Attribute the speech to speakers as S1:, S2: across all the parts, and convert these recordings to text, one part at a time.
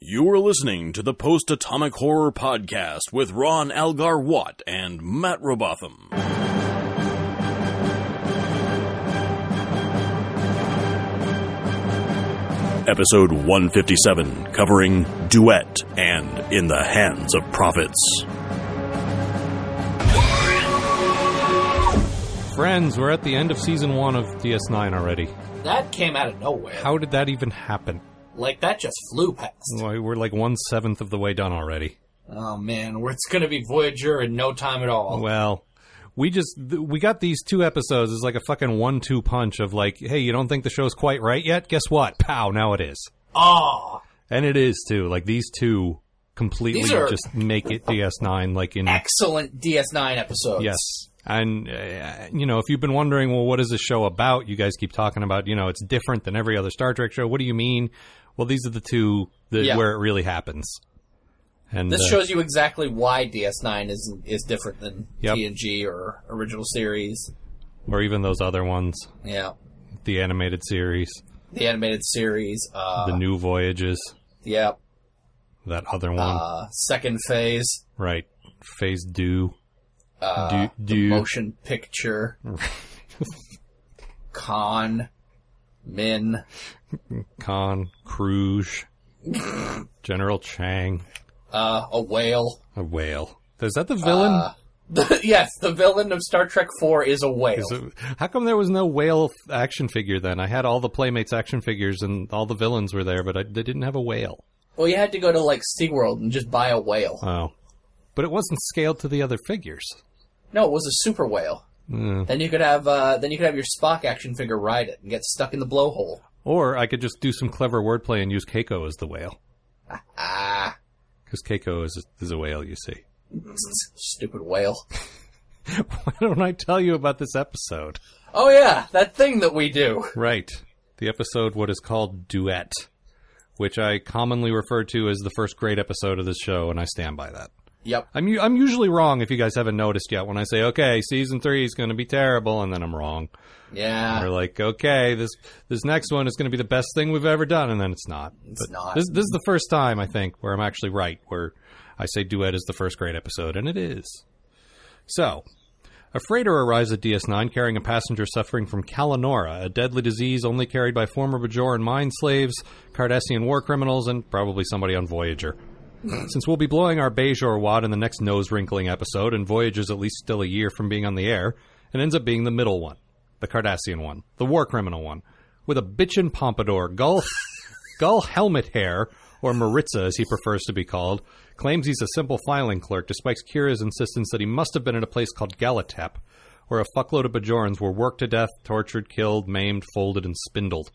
S1: You are listening to the Post Atomic Horror Podcast with Ron Algar Watt and Matt Robotham. Episode 157, covering Duet and In the Hands of Prophets.
S2: Friends, we're at the end of season one of DS9 already.
S3: That came out of nowhere.
S2: How did that even happen?
S3: Like that just flew past.
S2: Why, We're like one seventh of the way done already.
S3: Oh man, where it's gonna be Voyager in no time at all.
S2: Well, we just th- we got these two episodes as like a fucking one-two punch of like, hey, you don't think the show's quite right yet? Guess what? Pow! Now it is,
S3: Ah,
S2: and it is too. Like these two completely
S3: These are-
S2: just make it DS9 like in
S3: excellent DS9 episodes.
S2: Yes. And, uh, you know, if you've been wondering, well, what is this show about? You guys keep talking about, you know, it's different than every other Star Trek show. What do you mean? Well, these are the two that,
S3: Yeah.
S2: where it really happens. And
S3: This
S2: uh,
S3: shows you exactly why DS9 is is different than
S2: Yep.
S3: TNG or original series.
S2: or even those other ones,
S3: Yeah,
S2: the animated series,
S3: the animated series. Uh,
S2: the new voyages,
S3: yeah,
S2: that other one,
S3: uh, second phase.
S2: right? Phase do,
S3: Uh,
S2: do,
S3: the
S2: do,
S3: motion picture. Con, Min,
S2: con, cruise, General Chang,
S3: uh, a whale.
S2: a whale. Is that the villain?
S3: Uh, yes, the villain of Star Trek Four is a whale.
S2: So, how come there was no whale f- action figure then? I had all the Playmates action figures and all the villains were there, but I, they didn't have a whale.
S3: Well, you had to go to like SeaWorld and just buy a whale.
S2: Oh. But it wasn't scaled to the other figures.
S3: No, it was a super whale.
S2: Mm.
S3: Then you could have uh, then you could have your Spock action figure ride it and get stuck in the blowhole.
S2: Or I could just do some clever wordplay and use Keiko as the whale.
S3: Ah,
S2: Because Keiko is a, is a whale, you see.
S3: stupid whale.
S2: Why don't I tell you about this episode?
S3: Oh yeah, that thing that we do.
S2: Right. The episode, what is called Duet, which I commonly refer to as the first great episode of this show, and I stand by that.
S3: Yep.
S2: I'm u- I'm usually wrong if you guys haven't noticed yet when I say okay season three is going to be terrible and then I'm wrong. We're
S3: Yeah.
S2: like okay this this next one is going to be the best thing we've ever done and then it's not.
S3: It's not.
S2: This this is the first time I think where I'm actually right where I say duet is the first great episode and it is. So. A freighter arrives at DS9 carrying a passenger suffering from Kalanora, a deadly disease only carried by former Bajoran mine slaves, Cardassian war criminals, and probably somebody on Voyager. Since we'll be blowing our Bejor wad in the next nose wrinkling episode, and Voyage is at least still a year from being on the air, it ends up being the middle one, the Cardassian one, the war criminal one, with a bitchin' pompadour, gull, gull helmet hair, or Maritza as he prefers to be called, claims he's a simple filing clerk, despite Kira's insistence that he must have been at a place called Galatep, where a fuckload of Bajorans were worked to death, tortured, killed, maimed, folded, and spindled.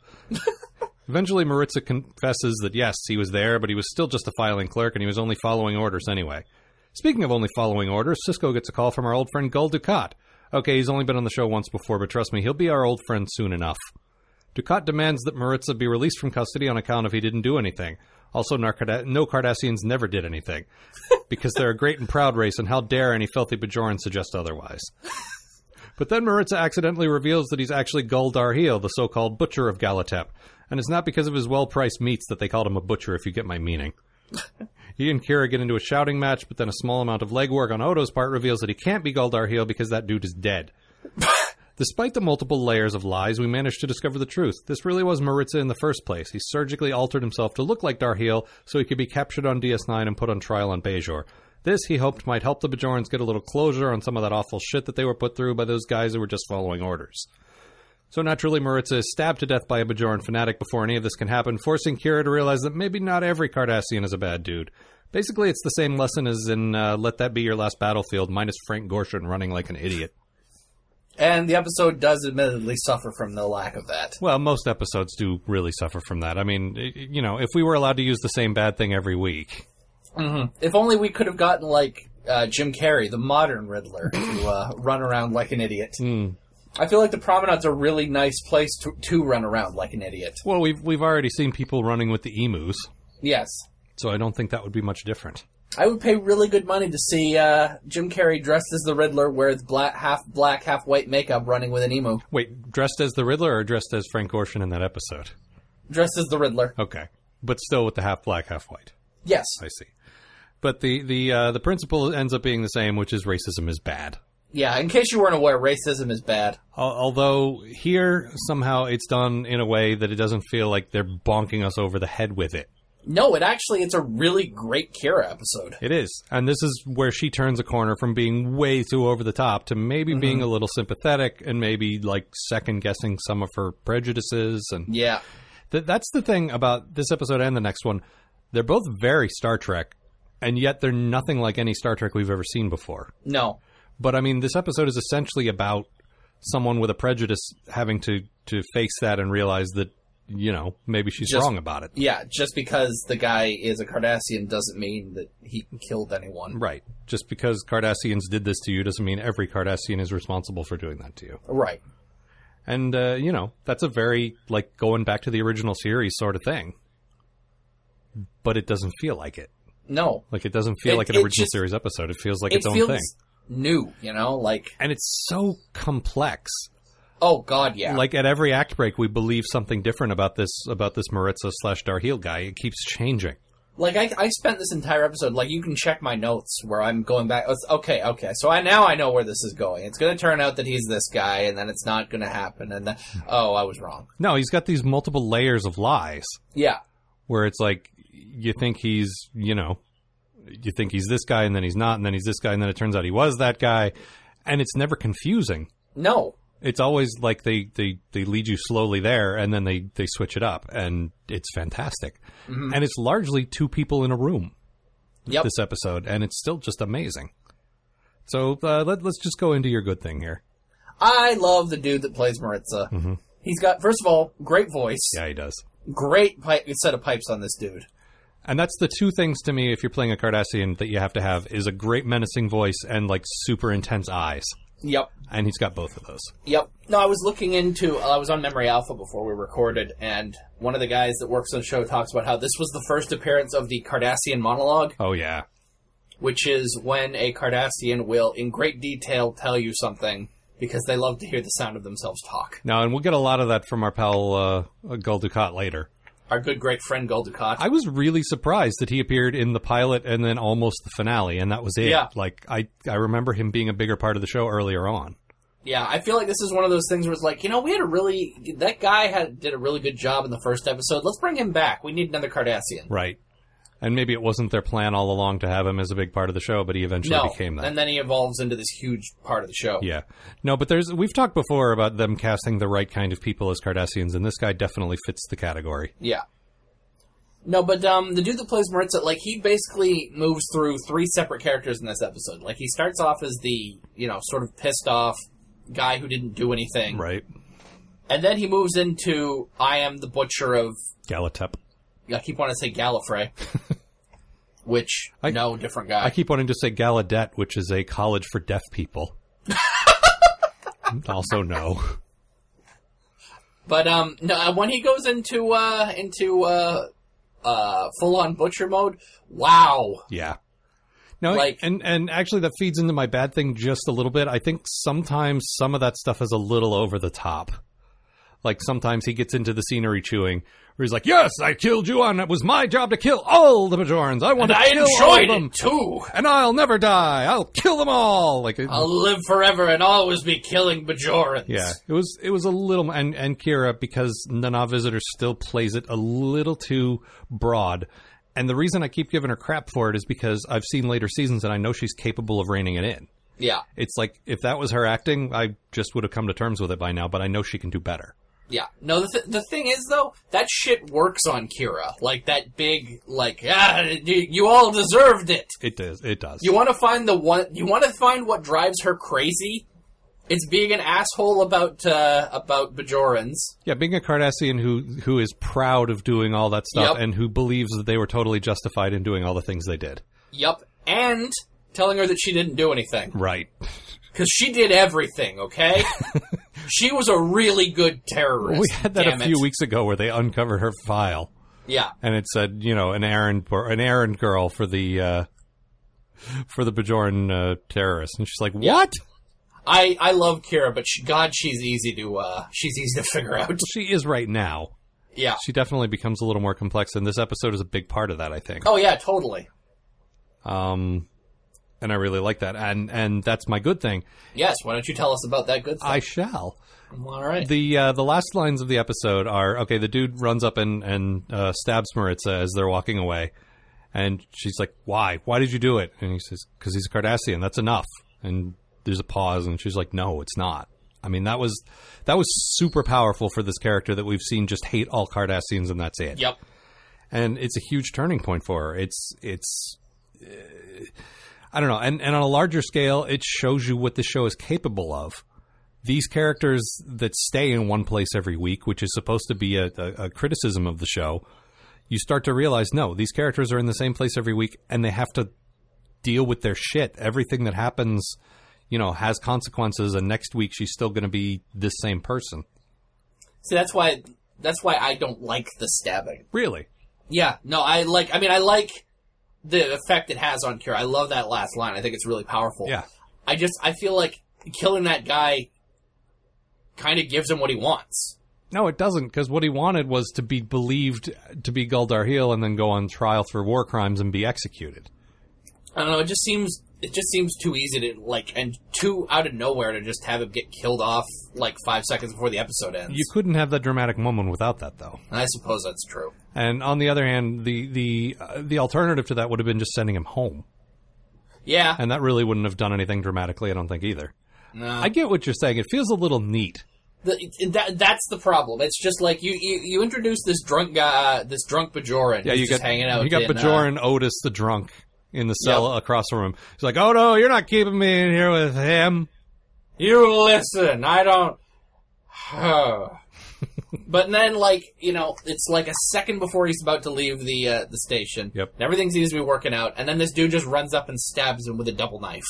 S2: Eventually, Maritza confesses that yes, he was there, but he was still just a filing clerk and he was only following orders anyway. Speaking of only following orders, Cisco gets a call from our old friend Gul Dukat. Okay, he's only been on the show once before, but trust me, he'll be our old friend soon enough. Dukat demands that Maritza be released from custody on account of he didn't do anything. Also, Narcada- no Cardassians never did anything because they're a great and proud race, and how dare any filthy Bajoran suggest otherwise. But then Maritza accidentally reveals that he's actually Gul Darheel, the so called butcher of Galatep, and it's not because of his well priced meats that they called him a butcher, if you get my meaning. he and Kira get into a shouting match, but then a small amount of legwork on Odo's part reveals that he can't be Gul Darheel because that dude is dead. Despite the multiple layers of lies, we managed to discover the truth. This really was Maritza in the first place. He surgically altered himself to look like Darheel so he could be captured on DS9 and put on trial on Bejor. This, he hoped, might help the Bajorans get a little closure on some of that awful shit that they were put through by those guys who were just following orders. So naturally, Maritza is stabbed to death by a Bajoran fanatic before any of this can happen, forcing Kira to realize that maybe not every Cardassian is a bad dude. Basically, it's the same lesson as in uh, Let That Be Your Last Battlefield, minus Frank Gorshin running like an idiot.
S3: And the episode does admittedly suffer from the lack of that.
S2: Well, most episodes do really suffer from that. I mean, i- you know, if we were allowed to use the same bad thing every week,
S3: If only we could have gotten like uh, Jim Carrey, the modern Riddler, to uh, run around like an idiot. I feel like the Promenade's a really nice place to, to run around like an idiot.
S2: well, we've we've already seen people running with the emus,
S3: Yes.
S2: so I don't think that would be much different.
S3: I would pay really good money to see uh, Jim Carrey dressed as the Riddler, wears black, half black, half white makeup, running with an emo.
S2: Wait, dressed as the Riddler or dressed as Frank Gorshin in that episode?
S3: Dressed as the Riddler.
S2: Okay, but still with the half black, half white.
S3: Yes.
S2: I see. But the the uh, the principle ends up being the same, which is racism is bad.
S3: Yeah. In case you weren't aware, racism is bad.
S2: Al- Although here somehow it's done in a way that it doesn't feel like they're bonking us over the head with it.
S3: No, it actually it's a really great Kira episode.
S2: It is, and this is where she turns a corner from being way too over the top to maybe being a little sympathetic and maybe like second guessing some of her prejudices. And
S3: Yeah.
S2: th- that's the thing about this episode and the next one; they're both very Star Trek, and yet they're nothing like any Star Trek we've ever seen before.
S3: No.
S2: But I mean, this episode is essentially about someone with a prejudice having to to face that and realize that you know maybe she's
S3: Just-
S2: wrong about it.
S3: Yeah. Just because the guy is a Cardassian doesn't mean that he killed anyone.
S2: Right. Just because Cardassians did this to you doesn't mean every Cardassian is responsible for doing that to you.
S3: Right.
S2: And uh, you know, that's a very like going back to the original series sort of thing. But it doesn't feel like it.
S3: No.
S2: Like it doesn't feel
S3: It-
S2: like an
S3: it
S2: original
S3: just-
S2: series episode. It feels like
S3: it
S2: its own
S3: feels
S2: thing.
S3: new. You know, like
S2: And it's so complex.
S3: oh god, yeah.
S2: Like at every act break, we believe something different about this about this Maritza slash Darheel guy. It keeps changing.
S3: Like I, I spent this entire episode. Like you can check my notes where I'm going back. it's- Okay, okay. So I now I know where this is going. It's going to turn out that he's this guy, and then it's not going to happen. And then oh, I was wrong.
S2: No, he's got these multiple layers of lies.
S3: Yeah,
S2: where it's like you think he's you know you think he's this guy and then he's not and then he's this guy and then it turns out he was that guy and it's never confusing
S3: no,
S2: it's always like they they they lead you slowly there and then they they switch it up and it's fantastic and it's largely two people in a room
S3: yep,
S2: this episode and it's still just amazing so uh, let, let's just go into your good thing here
S3: I love the dude that plays Maritza. He's got first of all great voice,
S2: yeah he does
S3: great pipe, set of pipes on this dude.
S2: and that's the two things to me if you're playing a cardassian that you have to have is a great menacing voice and like super intense eyes
S3: Yep,
S2: and he's got both of those.
S3: Yep. No, I was looking into. I was on Memory Alpha before we recorded, and one of the guys that works on the show talks about how this was the first appearance of the Cardassian monologue,
S2: Oh yeah,
S3: which is when a Cardassian will, in great detail, tell you something because they love to hear the sound of themselves talk.
S2: now and we'll get a lot of that from our pal uh, Gul Dukat later.
S3: Our good, great friend Gul Dukat.
S2: I was really surprised that he appeared in the pilot and then almost the finale, and that was it.
S3: Yeah.
S2: Like I, I remember him being a bigger part of the show earlier on.
S3: yeah, I feel like this is one of those things where it's like, you know, we had a really that guy had did a really good job in the first episode. Let's bring him back. We need another Cardassian.
S2: Right. And maybe it wasn't their plan all along to have him as a big part of the show, but he eventually
S3: No,
S2: became that.
S3: and then he evolves into this huge part of the show.
S2: yeah. No, but there's we've talked before about them casting the right kind of people as Cardassians, and this guy definitely fits the category.
S3: Yeah. No, but um, the dude that plays Maritza, like he basically moves through three separate characters in this episode. Like he starts off as the you know sort of pissed off guy who didn't do anything,
S2: Right.
S3: and then he moves into I am the butcher of.
S2: Galatep.
S3: I keep wanting to say Gallifrey, which
S2: I-
S3: no different guy.
S2: I keep wanting to say Gallaudet, which is a college for deaf people. also, no.
S3: but um, no, when he goes into uh into uh uh full on butcher mode, wow,
S2: Yeah. No,
S3: Like-
S2: and and actually, that feeds into my bad thing just a little bit. I think sometimes some of that stuff is a little over the top. Like sometimes he gets into the scenery chewing, where he's like, "Yes, I killed you, and it was my job to kill all the Bajorans. I want to
S3: and I
S2: kill all of
S3: enjoyed
S2: them,
S3: it too.
S2: and I'll never die. I'll kill them all." Like, it-
S3: I'll live forever and always be killing Bajorans.
S2: Yeah, it was it was a little and and Kira because Nana Visitor still plays it a little too broad. And the reason I keep giving her crap for it is because I've seen later seasons and I know she's capable of reining it in.
S3: Yeah.
S2: It's like if that was her acting, I just would have come to terms with it by now, but I know she can do better.
S3: Yeah. No, the, th- the thing is, though, that shit works on Kira. Like, that big, like, ah, you, you all deserved it.
S2: It does it does.
S3: You want to find the one, you want to find what drives her crazy? It's being an asshole about, uh, about Bajorans.
S2: yeah, being a Cardassian who who is proud of doing all that stuff
S3: Yep.
S2: and who believes that they were totally justified in doing all the things they did.
S3: Yup. And telling her that she didn't do anything.
S2: Right.
S3: Because she did everything, okay? she was a really good terrorist.
S2: We had that
S3: damn
S2: a few
S3: it.
S2: weeks ago where they uncovered her file.
S3: Yeah.
S2: and it said, you know, an errand bo- an errand girl for the uh, for the Bajoran uh, terrorists, and she's like, what?
S3: I, I love Kira, but she, God, she's easy to, uh, she's easy to figure out.
S2: She is right now.
S3: Yeah.
S2: She definitely becomes a little more complex, and this episode is a big part of that, I think.
S3: Oh yeah, totally.
S2: Um, and I really like that, and and that's my good thing.
S3: Yes. Why don't you tell us about that good thing?
S2: I shall.
S3: All right.
S2: The uh, the last lines of the episode are okay. The dude runs up and and uh, stabs Maritza as they're walking away, and she's like, "Why? Why did you do it?" And he says, "Because he's a Cardassian. That's enough." And there's a pause, and she's like, "No, it's not." I mean, that was that was super powerful for this character that we've seen just hate all Cardassians, and that's it.
S3: yep.
S2: And it's a huge turning point for her. It's it's. uh, I don't know, and and on a larger scale, it shows you what the show is capable of these characters that stay in one place every week, which is supposed to be a, a, a criticism of the show, you start to realize no, these characters are in the same place every week and they have to deal with their shit. Everything that happens, you know, has consequences, and next week she's still going to be this same person.
S3: See, that's why that's why I don't like the stabbing.
S2: Really?
S3: Yeah. No, I like. I mean, I like the effect it has on Kira. I love that last line. I think it's really powerful.
S2: Yeah.
S3: I just I feel like killing that guy kind of gives him what he wants.
S2: No, it doesn't, because what he wanted was to be believed to be Guldar Heel and then go on trial for war crimes and be executed.
S3: I don't know. It just seems it just seems too easy to like and too out of nowhere to just have him get killed off like five seconds before the episode ends.
S2: You couldn't have that dramatic moment without that, though.
S3: And I suppose that's true.
S2: And on the other hand, the the uh, the alternative to that would have been just sending him home,
S3: Yeah.
S2: and that really wouldn't have done anything dramatically. I don't think either.
S3: no.
S2: I get what you're saying. It feels a little neat.
S3: The, that that's the problem. It's just like you you, you introduce this drunk guy, uh, this drunk Bajoran. who's just hanging out.
S2: You got
S3: in, uh,
S2: Bajoran Otis the drunk in the cell across the room. He's like, "Oh no, you're not keeping me in here with him."
S3: you listen. I don't. but then, like you know, it's like a second before he's about to leave the uh, the station.
S2: Yep.
S3: And everything seems to be working out, and then this dude just runs up and stabs him with a double knife.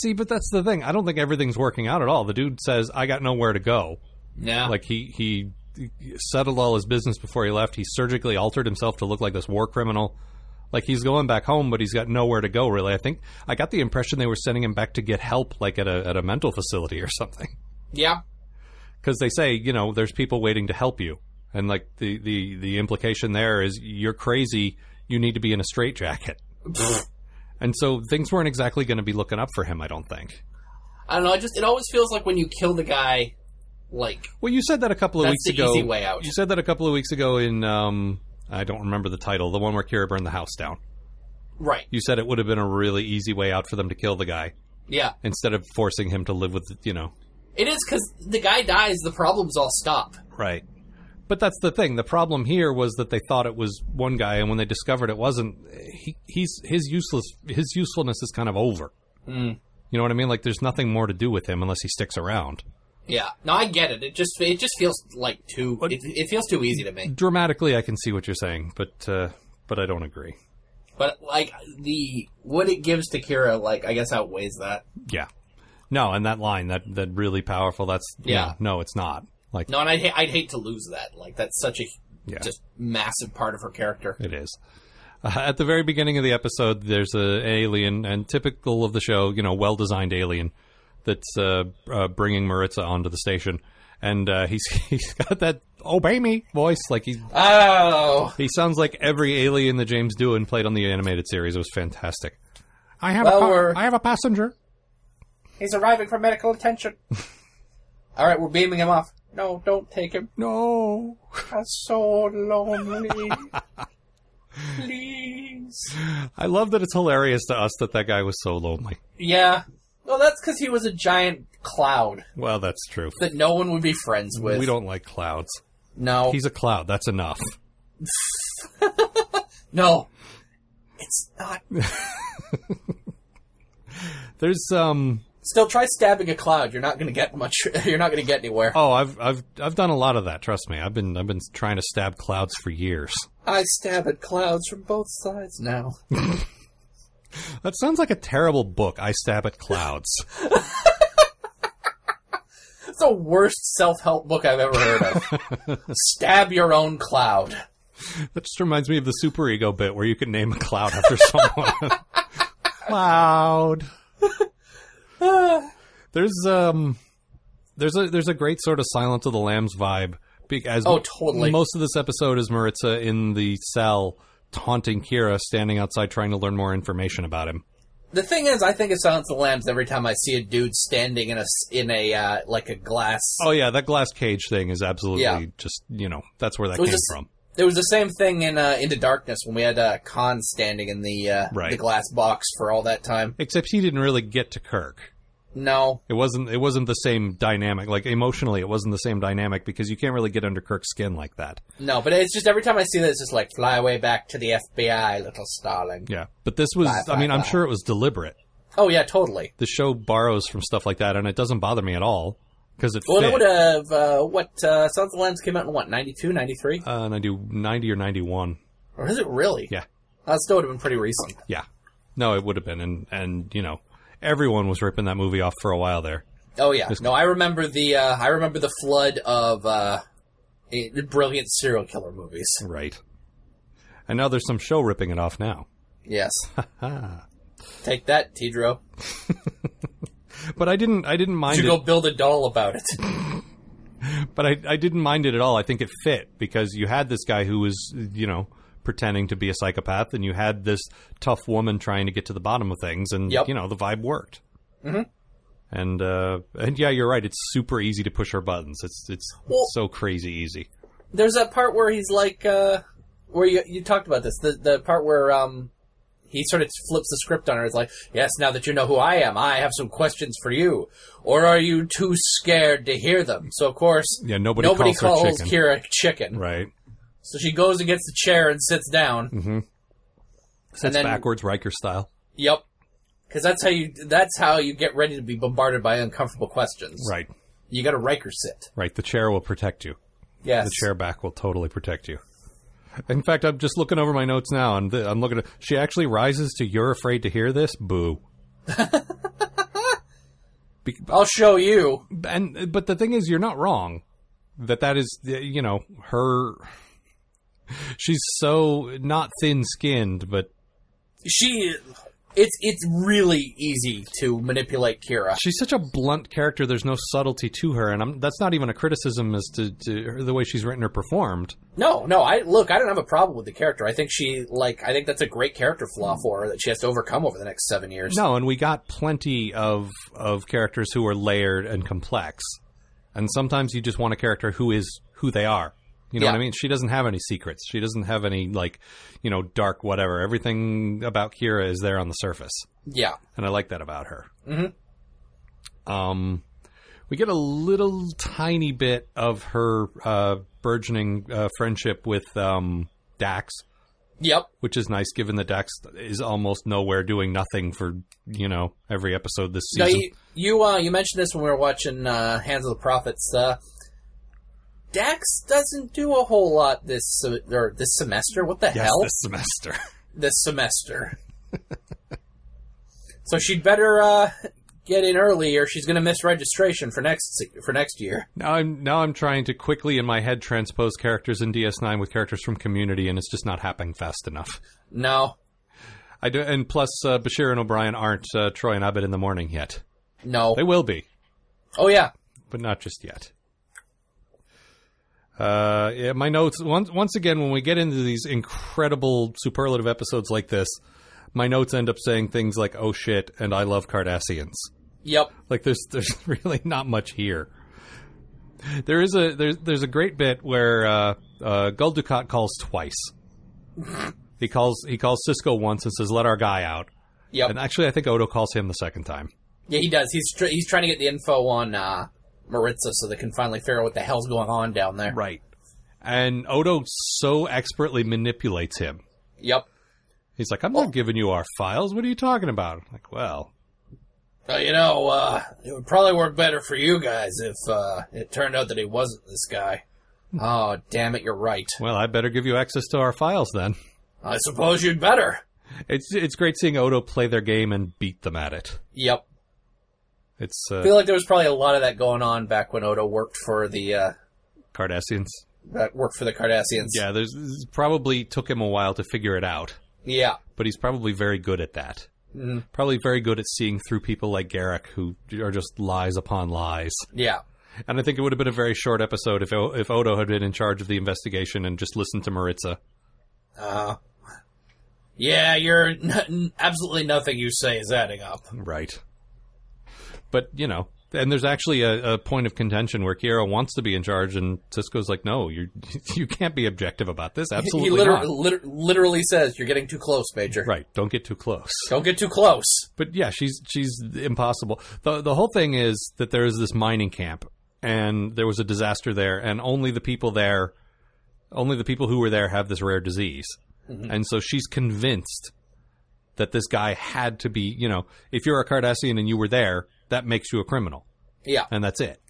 S2: See, but that's the thing. I don't think everything's working out at all. The dude says, "I got nowhere to go."
S3: Yeah.
S2: Like he he he settled all his business before he left. He surgically altered himself to look like this war criminal. Like he's going back home, but he's got nowhere to go. Really, I think I got the impression they were sending him back to get help, like at a at a mental facility or something.
S3: yeah.
S2: Because they say, you know, there's people waiting to help you, and like the the the implication there is you're crazy. You need to be in a straitjacket. and so things weren't exactly going to be looking up for him. I don't think.
S3: I don't know. It just it always feels like when you kill the guy, like
S2: Well, you said that a couple of
S3: That's
S2: weeks
S3: the
S2: ago.
S3: easy way out.
S2: You said that a couple of weeks ago in um, I don't remember the title, the one where Kira burned the house down.
S3: right.
S2: You said it would have been a really easy way out for them to kill the guy
S3: Yeah.
S2: instead of forcing him to live with, you know,
S3: It is because the guy dies, the problems all stop.
S2: right. But that's the thing. The problem here was that they thought it was one guy, and when they discovered it wasn't, he, he's his useless his usefulness is kind of over. You know what I mean? Like there's nothing more to do with him unless he sticks around.
S3: Yeah, no, I get it. It just it just feels like too. It, it feels too easy to me.
S2: Dramatically, I can see what you're saying, but uh, but I don't agree.
S3: But like the what it gives to Kira, like I guess outweighs that.
S2: Yeah. No, and that line that that really powerful. That's
S3: Yeah.
S2: No, no, it's not. Like
S3: No, and I'd ha- I'd hate to lose that. Like that's such a
S2: Yeah.
S3: just massive part of her character.
S2: it is. Uh, at the very beginning of the episode, there's a alien, and typical of the show, you know, well designed alien that's uh, uh, bringing Maritza onto the station, and uh, he's he's got that obey me voice. Like he
S3: Oh,
S2: he sounds like every alien that James Doohan played on the animated series. It was fantastic. I have
S3: Well,
S2: a
S3: we're-
S2: I have a passenger.
S3: he's arriving for medical attention. All right, we're beaming him off. No, don't take him.
S2: No.
S3: I'm so lonely. Please.
S2: I love that it's hilarious to us that that guy was so lonely.
S3: Yeah. Well, that's because he was a giant cloud
S2: Well, that's true.
S3: that no one would be friends with.
S2: We don't like clouds.
S3: No.
S2: He's a cloud. That's enough.
S3: No. It's not.
S2: There's um.
S3: Still, try stabbing a cloud. You're not going to get much. You're not going to get anywhere.
S2: Oh, I've I've I've done a lot of that. Trust me. I've been I've been trying to stab clouds for years.
S3: I stab at clouds from both sides now.
S2: That sounds like a terrible book. I stab at clouds.
S3: It's the worst self help book I've ever heard of. stab your own cloud.
S2: that just reminds me of the superego bit where you can name a cloud after someone. cloud. there's um there's a there's a great sort of Silence of the Lambs vibe Be- As
S3: Oh, totally.
S2: Most of this episode is Maritza in the cell taunting Kira, standing outside trying to learn more information about him.
S3: The thing is, I think of Silence of the Lambs every time I see a dude standing in a s- in a uh, like a glass.
S2: Oh yeah, that glass cage thing is absolutely
S3: Yeah.
S2: just you know that's where that
S3: It was
S2: came
S3: just-
S2: from.
S3: There was the same thing in uh, Into Darkness when we had uh, Khan standing in the uh,
S2: Right.
S3: the glass box for all that time.
S2: Except he didn't really get to Kirk.
S3: No,
S2: It wasn't. It wasn't the same dynamic. Like emotionally, it wasn't the same dynamic because you can't really get under Kirk's skin like that.
S3: no, but it's just every time I see that, it's just like fly away back to the FBI, little starling.
S2: Yeah, but this was.
S3: Bye,
S2: I mean,
S3: bye,
S2: I'm
S3: bye.
S2: sure it was deliberate.
S3: Oh yeah, totally.
S2: The show borrows from stuff like that, and it doesn't bother me at all because it.
S3: Well,
S2: fit.
S3: that would have uh, what uh, Silence of the Lambs came out in what 92, 93?
S2: Uh, and I do 90 or 91.
S3: or is it really?
S2: Yeah.
S3: that still would have been pretty recent.
S2: Yeah. No, it would have been. And, and, you know, everyone was ripping that movie off for a while there.
S3: Oh yeah, no, I remember the uh, I remember the flood of uh, eh, brilliant serial killer movies.
S2: Right. And now there's some show ripping it off now.
S3: Yes, take that, Tidro.
S2: But I didn't, I didn't mind
S3: You
S2: it.
S3: go build a doll about it.
S2: but I, I didn't mind it at all. I think it fit because you had this guy who was, you know, pretending to be a psychopath and you had this tough woman trying to get to the bottom of things and,
S3: Yep.
S2: you know, the vibe worked. Mm-hmm. And, uh, and yeah, you're right. It's super easy to push her buttons. It's, it's
S3: Well-
S2: so crazy easy.
S3: There's that part where he's like, uh, where you you talked about this, the the part where um, he sort of flips the script on her. It's like, yes, now that you know who I am, I have some questions for you. Or are you too scared to hear them? So of course,
S2: Yeah, nobody,
S3: nobody
S2: calls,
S3: calls,
S2: her chicken.
S3: Kira chicken.
S2: Right.
S3: So she goes against the chair and sits down.
S2: Mm-hmm. Sits
S3: then-
S2: backwards, Riker style.
S3: Yep. Because that's how you that's how you get ready to be bombarded by uncomfortable questions.
S2: Right.
S3: You got to Riker sit.
S2: Right. The chair will protect you.
S3: Yes.
S2: The chair back will totally protect you. In fact, I'm just looking over my notes now, and th- I'm looking at. She actually rises to "You're afraid to hear this." Boo. Be-
S3: I'll show you.
S2: and but the thing is, you're not wrong. That that is, uh, you know, her. She's so not thin-skinned, but
S3: She. It's it's really easy to manipulate Kira.
S2: she's such a blunt character. There's no subtlety to her, and I'm, that's not even a criticism as to, to her, the way she's written or performed.
S3: No, no. I look. I don't have a problem with the character. I think she like. I think that's a great character flaw for her that she has to overcome over the next seven years.
S2: Mm. No, and we got plenty of of characters who are layered and complex. And sometimes you just want a character who is who they are. You know
S3: Yeah.
S2: what I mean? She doesn't have any secrets. She doesn't have any like, you know, dark whatever. Everything about Kira is there on the surface,
S3: Yeah.
S2: and I like that about her. Mm-hmm. Um, we get a little tiny bit of her uh, burgeoning uh, friendship with um, Dax
S3: Yep.
S2: which is nice given that Dax is almost nowhere doing nothing for, you know, every episode this
S3: Now
S2: season.
S3: you you, uh, you mentioned this when we were watching uh, Hands of the Prophets. Uh, Dax doesn't do a whole lot this se- or this semester. What the
S2: yes,
S3: hell?
S2: this semester.
S3: this semester. so she'd better uh, get in early, or she's going to miss registration for next se- for next year.
S2: now I'm now I'm trying to quickly in my head transpose characters in DS9 with characters from Community and it's just not happening fast enough.
S3: No,
S2: I do, and plus uh, Bashir and O'Brien aren't uh, Troy and Abbott in the morning yet.
S3: no.
S2: They will be,
S3: Oh yeah,
S2: but not just yet. Uh, yeah, my notes once once again when we get into these incredible superlative episodes like this, my notes end up saying things like "oh shit" and "I love Cardassians."
S3: yep.
S2: Like there's there's really not much here. There is a there's there's a great bit where uh, uh, Gul Dukat calls twice. he calls he calls Cisco once and says, "Let our guy out."
S3: Yep.
S2: And actually, I think Odo calls him the second time.
S3: yeah, he does. He's tr- he's trying to get the info on uh, Maritza so they can finally figure out what the hell's going on down there.
S2: Right. And Odo so expertly manipulates him.
S3: Yep.
S2: He's like, I'm not giving you our files. What are you talking about? I'm like, well,
S3: Uh, you know, uh, it would probably work better for you guys if uh, it turned out that he wasn't this guy. Oh, damn it, you're right.
S2: well, I better give you access to our files then.
S3: I suppose you'd better.
S2: It's it's great seeing Odo play their game and beat them at it.
S3: Yep.
S2: It's
S3: I
S2: uh,
S3: feel like there was probably a lot of that going on back when Odo worked for the uh,
S2: Cardassians.
S3: that worked for the Cardassians.
S2: Yeah, there's this probably took him a while to figure it out,
S3: Yeah.
S2: but he's probably very good at that. Probably very good at seeing through people like Garrick, who are just lies upon lies.
S3: Yeah.
S2: And I think it would have been a very short episode if O- if Odo had been in charge of the investigation and just listened to Maritza.
S3: Uh, yeah, you're n- absolutely nothing you say is adding up.
S2: Right. But, you know, and there's actually a, a point of contention where Kiera wants to be in charge and Cisco's like, no, you you can't be objective about this. Absolutely
S3: he liter-
S2: not.
S3: liter- literally says, "You're getting too close, Major.
S2: Right. Don't get too close.
S3: Don't get too close."
S2: But yeah, she's she's impossible. The the whole thing is that there is this mining camp and there was a disaster there and only the people there only the people who were there have this rare disease. And so she's convinced that this guy had to be, you know, if you're a Cardassian and you were there, that makes you a criminal
S3: Yeah,
S2: and that's it.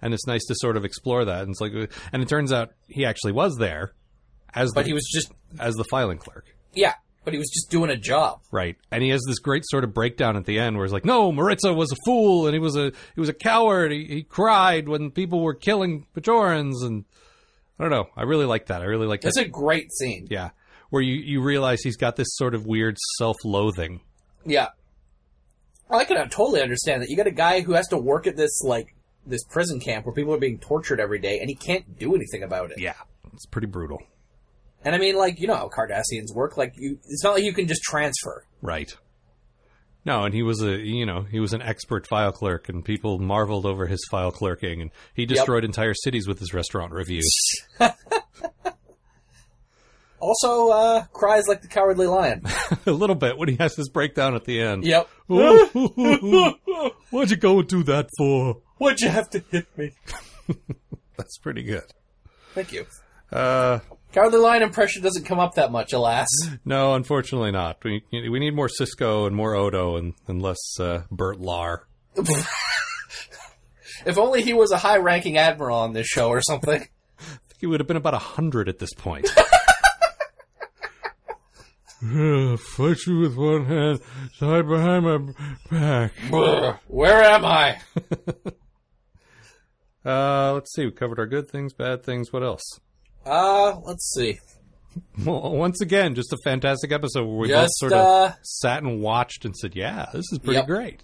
S2: And it's nice to sort of explore that. And it's like, and it turns out he actually was there as the
S3: but he was just
S2: as the filing clerk,
S3: yeah, but he was just doing a job.
S2: right? And he has this great sort of breakdown at the end where he's like, "No, Maritza was a fool, and he was a he was a coward. He, he cried when people were killing Bajorans." And I don't know. I really like that. I really like that.
S3: That's a great scene.
S2: yeah, where you you realize he's got this sort of weird self loathing.
S3: Yeah. Well, I can totally understand that. You got a guy who has to work at this like this prison camp where people are being tortured every day, and he can't do anything about it.
S2: Yeah, it's pretty brutal,
S3: And I mean, like you know how Cardassians work. Like you, it's not like you can just transfer.
S2: right? No, and he was a you know he was an expert file clerk, and people marveled over his file clerking, and he destroyed entire cities with his restaurant reviews.
S3: Also, uh, cries like the cowardly lion.
S2: a little bit when he has his breakdown at the end.
S3: yep.
S2: Why'd you go and do that for?
S3: Why'd you have to hit me?
S2: That's pretty good.
S3: Thank you.
S2: Uh,
S3: Cowardly lion impression doesn't come up that much, alas.
S2: no, unfortunately not. We we need more Cisco and more Odo and, and less uh, Bert Lar.
S3: If only he was a high-ranking admiral on this show or something.
S2: I think he would have been about a hundred at this point. Fight you with one hand, tied behind my back.
S3: Brr, Where am I?
S2: Uh, let's see. We covered our good things, bad things. What else?
S3: Uh, let's see.
S2: Well, once again, just a fantastic episode where we
S3: Just,
S2: both sort of
S3: uh,
S2: sat and watched and said, "Yeah, this is pretty
S3: Yep.
S2: great."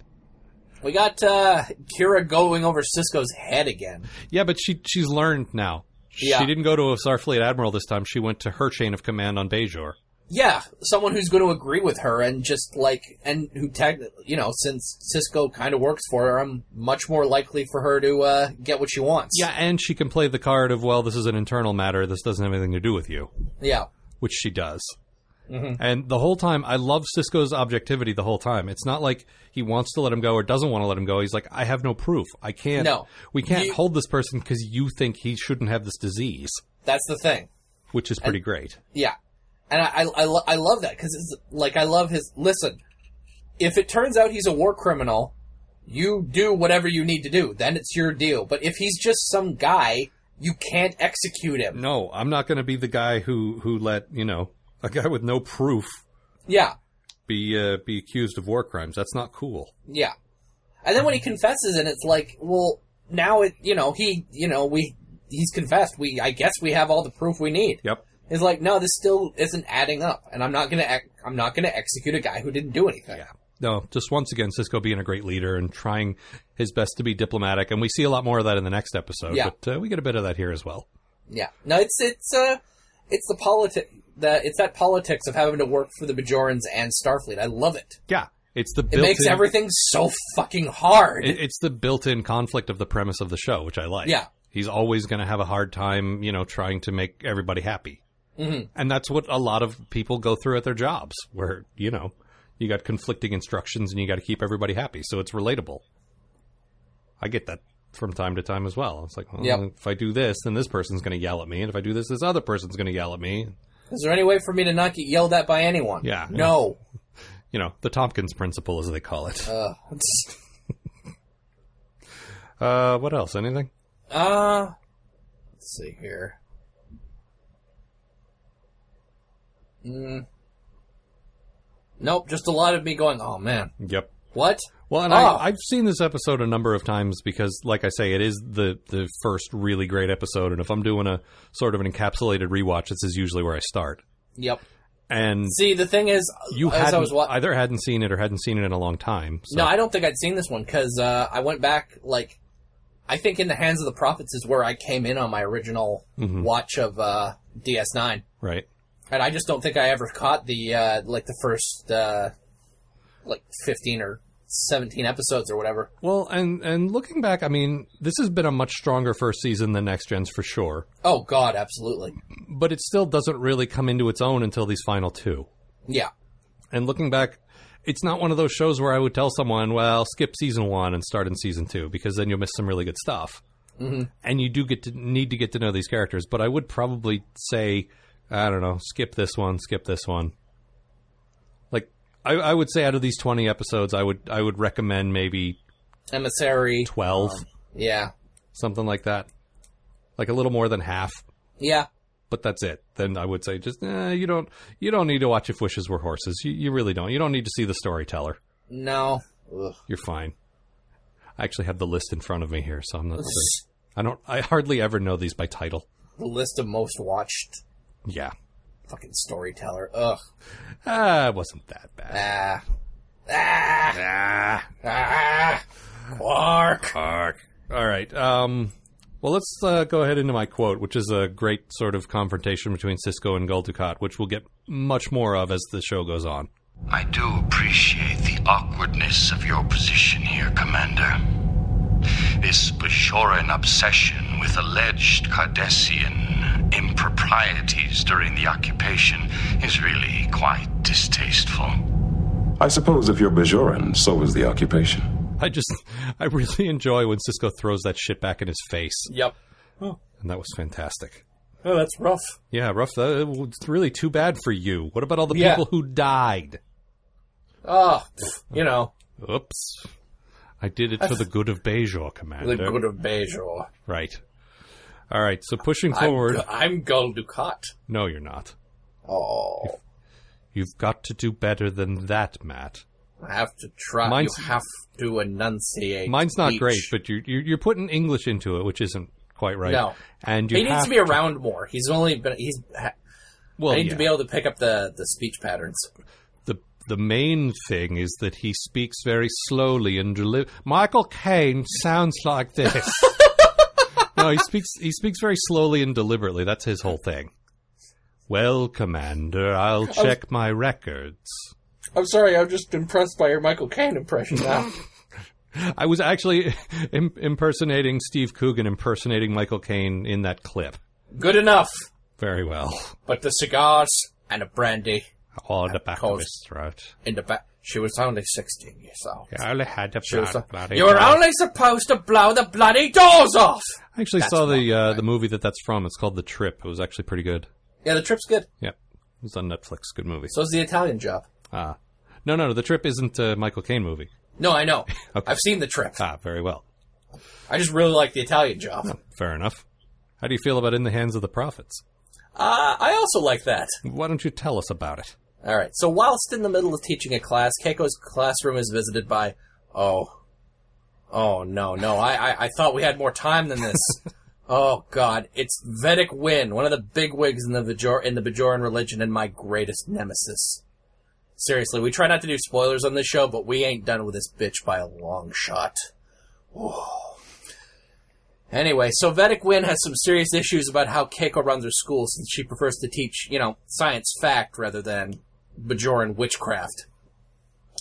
S3: We got uh, Kira going over Cisco's head again.
S2: Yeah, but she she's learned now.
S3: Yeah.
S2: She didn't go to a Starfleet admiral this time. She went to her chain of command on Bajor.
S3: Yeah, someone who's going to agree with her and just like and who tag, you know, since Cisco kind of works for her, I'm much more likely for her to uh, get what she wants.
S2: Yeah, and she can play the card of, "Well, this is an internal matter. This doesn't have anything to do with you,"
S3: yeah,
S2: which she does.
S3: Mm-hmm.
S2: And the whole time, I love Cisco's objectivity. The whole time, it's not like he wants to let him go or doesn't want to let him go. He's like, "I have no proof. I can't.
S3: No.
S2: we can't
S3: You-
S2: hold this person because you think he shouldn't have this disease."
S3: that's the thing.
S2: which is pretty great.
S3: Yeah, and I I, I, lo- I love that because it's like I love his listen. If it turns out he's a war criminal, you do whatever you need to do. Then it's your deal. But if he's just some guy, you can't execute him.
S2: No, I'm not going to be the guy who who let you know a guy with no proof
S3: Yeah,
S2: be uh, be accused of war crimes. That's not cool.
S3: Yeah. And then when he confesses and it's like, well, now it, you know, he, you know, we, he's confessed. We, I guess we have all the proof we need.
S2: Yep.
S3: It's like, no, this still isn't adding up. And I'm not gonna, ex- I'm not gonna execute a guy who didn't do anything.
S2: Yeah. No, just once again, Cisco being a great leader and trying his best to be diplomatic, and we see a lot more of that in the next episode.
S3: Yeah.
S2: But uh, we get a bit of that here as well.
S3: Yeah. No, it's, it's, uh, it's the politic, that, it's that politics of having to work for the Bajorans and Starfleet. I love it.
S2: Yeah, it's the
S3: It
S2: built
S3: makes
S2: in,
S3: everything so fucking hard.
S2: it- it's the built-in conflict of the premise of the show, which I like.
S3: Yeah.
S2: He's always going to have a hard time, you know, trying to make everybody happy.
S3: Mhm.
S2: And that's what a lot of people go through at their jobs, where, you know, you got conflicting instructions and you got to keep everybody happy. So it's relatable. I get that from time to time as well. It's like, well,
S3: Yep.
S2: if I do this, then this person's going to yell at me. And if I do this, this other person's going to yell at me.
S3: Is there any way for me to not get yelled at by anyone?
S2: Yeah.
S3: No.
S2: You know, the Tompkins principle, as they call it.
S3: Uh,
S2: Uh, what else? Anything?
S3: Uh, let's see here. Mm. Nope, just a lot of me going, oh man,
S2: Yep.
S3: what?
S2: Well, and
S3: Oh.
S2: I, I've seen this episode a number of times because, like I say, it is the the first really great episode, and if I'm doing a sort of an encapsulated rewatch, this is usually where I start.
S3: Yep.
S2: And
S3: See, the thing is,
S2: you
S3: as
S2: had
S3: I was wa-
S2: either hadn't seen it or hadn't seen it in a long time. So.
S3: No, I don't think I'd seen this one because uh, I went back like I think in the hands of the prophets is where I came in on my original watch of uh, DS9,
S2: Right.
S3: and I just don't think I ever caught the uh, like the first uh, like fifteen or seventeen episodes or whatever.
S2: Well, and and looking back, I mean, this has been a much stronger first season than Next Gen's for sure,
S3: Oh God, absolutely,
S2: but it still doesn't really come into its own until these final two.
S3: yeah,
S2: And looking back, it's not one of those shows where I would tell someone, "Well, skip season one and start in season two because then you'll miss some really good stuff." Mm-hmm. And you do get to need to get to know these characters, but I would probably say, I don't know, skip this one, skip this one. Like, I, I would say out of these twenty episodes, I would I would recommend maybe
S3: emissary,
S2: twelve,
S3: yeah,
S2: something like that, like a little more than half.
S3: yeah,
S2: But that's it. Then I would say, just eh, you don't you don't need to watch if wishes were horses. You, you really don't. You don't need to see the storyteller.
S3: no, Ugh.
S2: You're fine. I actually have the list in front of me here, so I'm not. I don't. I hardly ever know these by title.
S3: the list of most watched
S2: Yeah,
S3: fucking storyteller. Ugh,
S2: ah, it wasn't that bad.
S3: ah, ah,
S2: Ah,
S3: ah, Clark.
S2: Clark. All right. Um. Well, let's uh, go ahead into my quote, which is a great sort of confrontation between Cisco and Gul Dukat, which we'll get much more of as the show goes on.
S4: I do appreciate the awkwardness of your position here, Commander. This Bashoran obsession with alleged Cardassian improprieties during the occupation is really quite distasteful.
S5: I suppose if you're Bajoran, so is the occupation.
S2: I just, I really enjoy when Cisco throws that shit back in his face,
S3: Yep.
S2: and that was fantastic.
S3: Oh, that's rough.
S2: Yeah, rough. That, it's really too bad for you. What about all the
S3: Yeah.
S2: people who died?
S3: Oh, you know,
S2: Oops. I did it for the good of Bejor, Commander.
S3: the good of Bejor.
S2: right. All right, so pushing forward.
S3: I'm Gul Dukat.
S2: No, you're not.
S3: Oh,
S2: You've got to do better than that, Matt.
S3: I have to try.
S2: Mine's-
S3: you have to enunciate.
S2: Mine's not
S3: each.
S2: great, but you're, you're, you're putting English into it, which isn't quite right.
S3: No.
S2: And you
S3: he needs
S2: have-
S3: to be around more. He's only been. He's. I
S2: Well,
S3: need
S2: yeah.
S3: to be able to pick up the the speech patterns.
S2: the the main thing is that he speaks very slowly and deli- Michael Caine sounds like this. no, he speaks he speaks very slowly and deliberately. That's his whole thing. Well, Commander, I'll
S3: Oh.
S2: check my records.
S3: I'm sorry. I'm just impressed by your Michael Caine impression now.
S2: I was actually Im- impersonating Steve Coogan, impersonating Michael Caine in that clip.
S3: good enough.
S2: Very well.
S3: But the cigars and a brandy
S2: All the back of
S3: course.
S2: his throat.
S3: in the back. She was only 16 years old.
S2: I only had a
S3: She was
S2: blood-
S3: a-
S2: bloody
S3: you were
S2: blood.
S3: only supposed to blow the bloody doors off.
S2: I actually saw the uh, the movie that that's from. It's called The Trip. It was actually pretty good.
S3: Yeah, the trip's good.
S2: Yep. It was on Netflix. Good movie.
S3: So's the Italian job.
S2: Ah. No, no, no. The Trip isn't a Michael Caine movie.
S3: No, I know.
S2: Okay.
S3: I've seen the trip.
S2: Ah, very well.
S3: I just really like the Italian job.
S2: Fair enough. How do you feel about In the Hands of the Prophets?
S3: Uh, I also like that.
S2: Why don't you tell us about it?
S3: All right. So whilst in the middle of teaching a class, Keiko's classroom is visited by. Oh, oh no, no! I I, I thought we had more time than this. oh God! It's Vedic Win, one of the bigwigs in the Bajor in the Bajoran religion, and my greatest nemesis. Seriously, we try not to do spoilers on this show, but we ain't done with this bitch by a long shot. Anyway, so Vedic Wynn has some serious issues about how Keiko runs her school since she prefers to teach, you know, science fact rather than Bajoran witchcraft.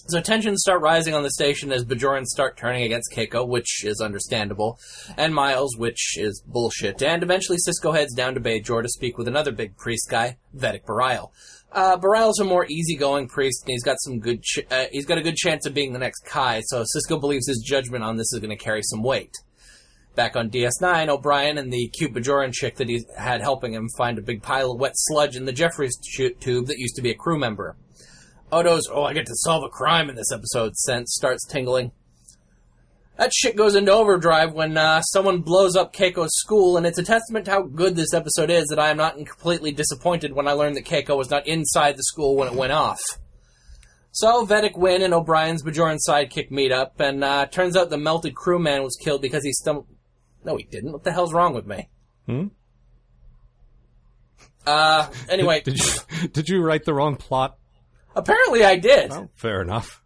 S3: So tensions start rising on the station as Bajorans start turning against Keiko, which is understandable, and Miles, which is bullshit, and eventually Cisco heads down to Bajor to speak with another big priest guy, Vedic Barile. Uh, Barile's a more easygoing priest, and he's got some good, ch- uh, he's got a good chance of being the next Kai, so Cisco believes his judgment on this is going to carry some weight. Back on DS9, O'Brien and the cute Bajoran chick that he had helping him find a big pile of wet sludge in the Jeffries tu- tube that used to be a crew member. Odo's, oh, I get to solve a crime in this episode sense starts tingling. That shit goes into overdrive when uh, someone blows up Keiko's school, and it's a testament to how good this episode is that I am not completely disappointed when I learned that Keiko was not inside the school when it went off. So Vedic Wynn and O'Brien's Bajoran sidekick meet up, and uh, turns out the melted crewman was killed because he stumbled. No, he didn't. What the hell's wrong with me? Hmm. Uh. Anyway,
S2: Did you, did you write the wrong plot?
S3: apparently I did.
S2: Fair enough.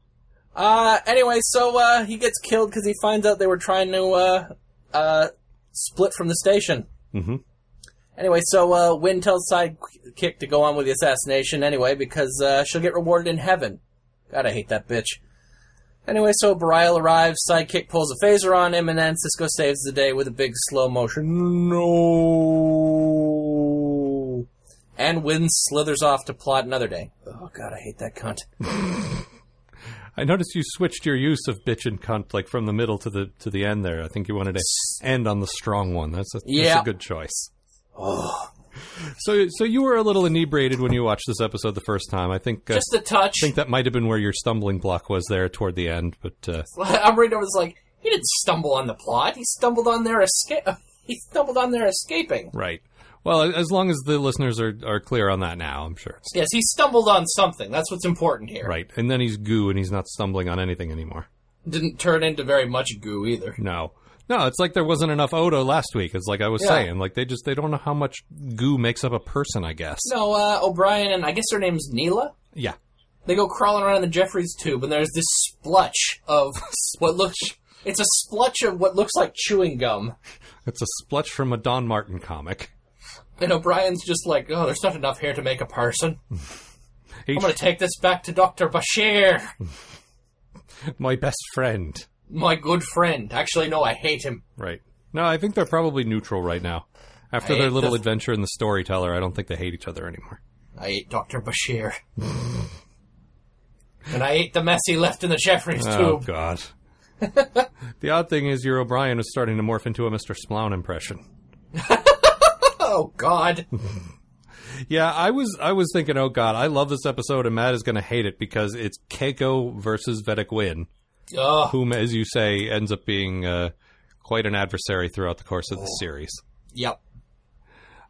S3: Uh, anyway, so uh, he gets killed because he finds out they were trying to uh, uh, split from the station.
S2: Mhm.
S3: Anyway, so uh, Wynn tells Sidekick to go on with the assassination anyway because uh, she'll get rewarded in heaven. God, I hate that bitch. Anyway, so Barial arrives, Sidekick pulls a phaser on him, and then Cisco saves the day with a big slow motion. No. And Wynn slithers off to plot another day. Oh, God, I hate that cunt.
S2: I noticed you switched your use of bitch and cunt like from the middle to the to the end there. I think you wanted to end on the strong one. That's a, that's
S3: Yeah.
S2: a good choice. So so you were a little inebriated when you watched this episode the first time. I think uh,
S3: Just a touch.
S2: I think that might have been where your stumbling block was there toward the end, but uh,
S3: I'm reading over this like, he didn't stumble on the plot. He stumbled on their escape. He stumbled on their escaping.
S2: right. Well, a- as long as the listeners are, are clear on that now, I'm sure.
S3: Yes, he stumbled on something. That's what's important here.
S2: Right. And then he's goo and he's not stumbling on anything anymore.
S3: Didn't turn into very much goo either.
S2: No. No, it's like there wasn't enough Odo last week. It's like I was
S3: Yeah.
S2: saying, like they just they don't know how much goo makes up a person, I guess.
S3: No, uh, O'Brien and I guess her name's Neela.
S2: Yeah.
S3: They go crawling around in the Jeffries tube, and there's this splutch of what looks. It's a splutch of what looks like chewing gum,
S2: It's a splutch from a Don Martin comic.
S3: and O'Brien's just like, "Oh, there's not enough here to make a person.
S2: He-
S3: I'm going to take this back to Doctor Bashir,
S2: my best friend.
S3: my good friend. Actually, no, I hate him.
S2: Right. No, I think they're probably neutral right now. After
S3: I
S2: their
S3: hate
S2: little
S3: this-
S2: adventure in the storyteller, I don't think they hate each other anymore.
S3: I ate Doctor Bashir, and I ate the mess he left in the Jeffries
S2: Oh
S3: tube.
S2: God. the odd thing is, your O'Brien is starting to morph into a Mr. Splown impression.
S3: Oh God."
S2: Yeah, I was I was thinking, oh God, I love this episode, and Matt is going to hate it because it's Keiko versus Vedic Win,
S3: Ugh.
S2: whom, as you say, ends up being uh, quite an adversary throughout the course of the series.
S3: Yep.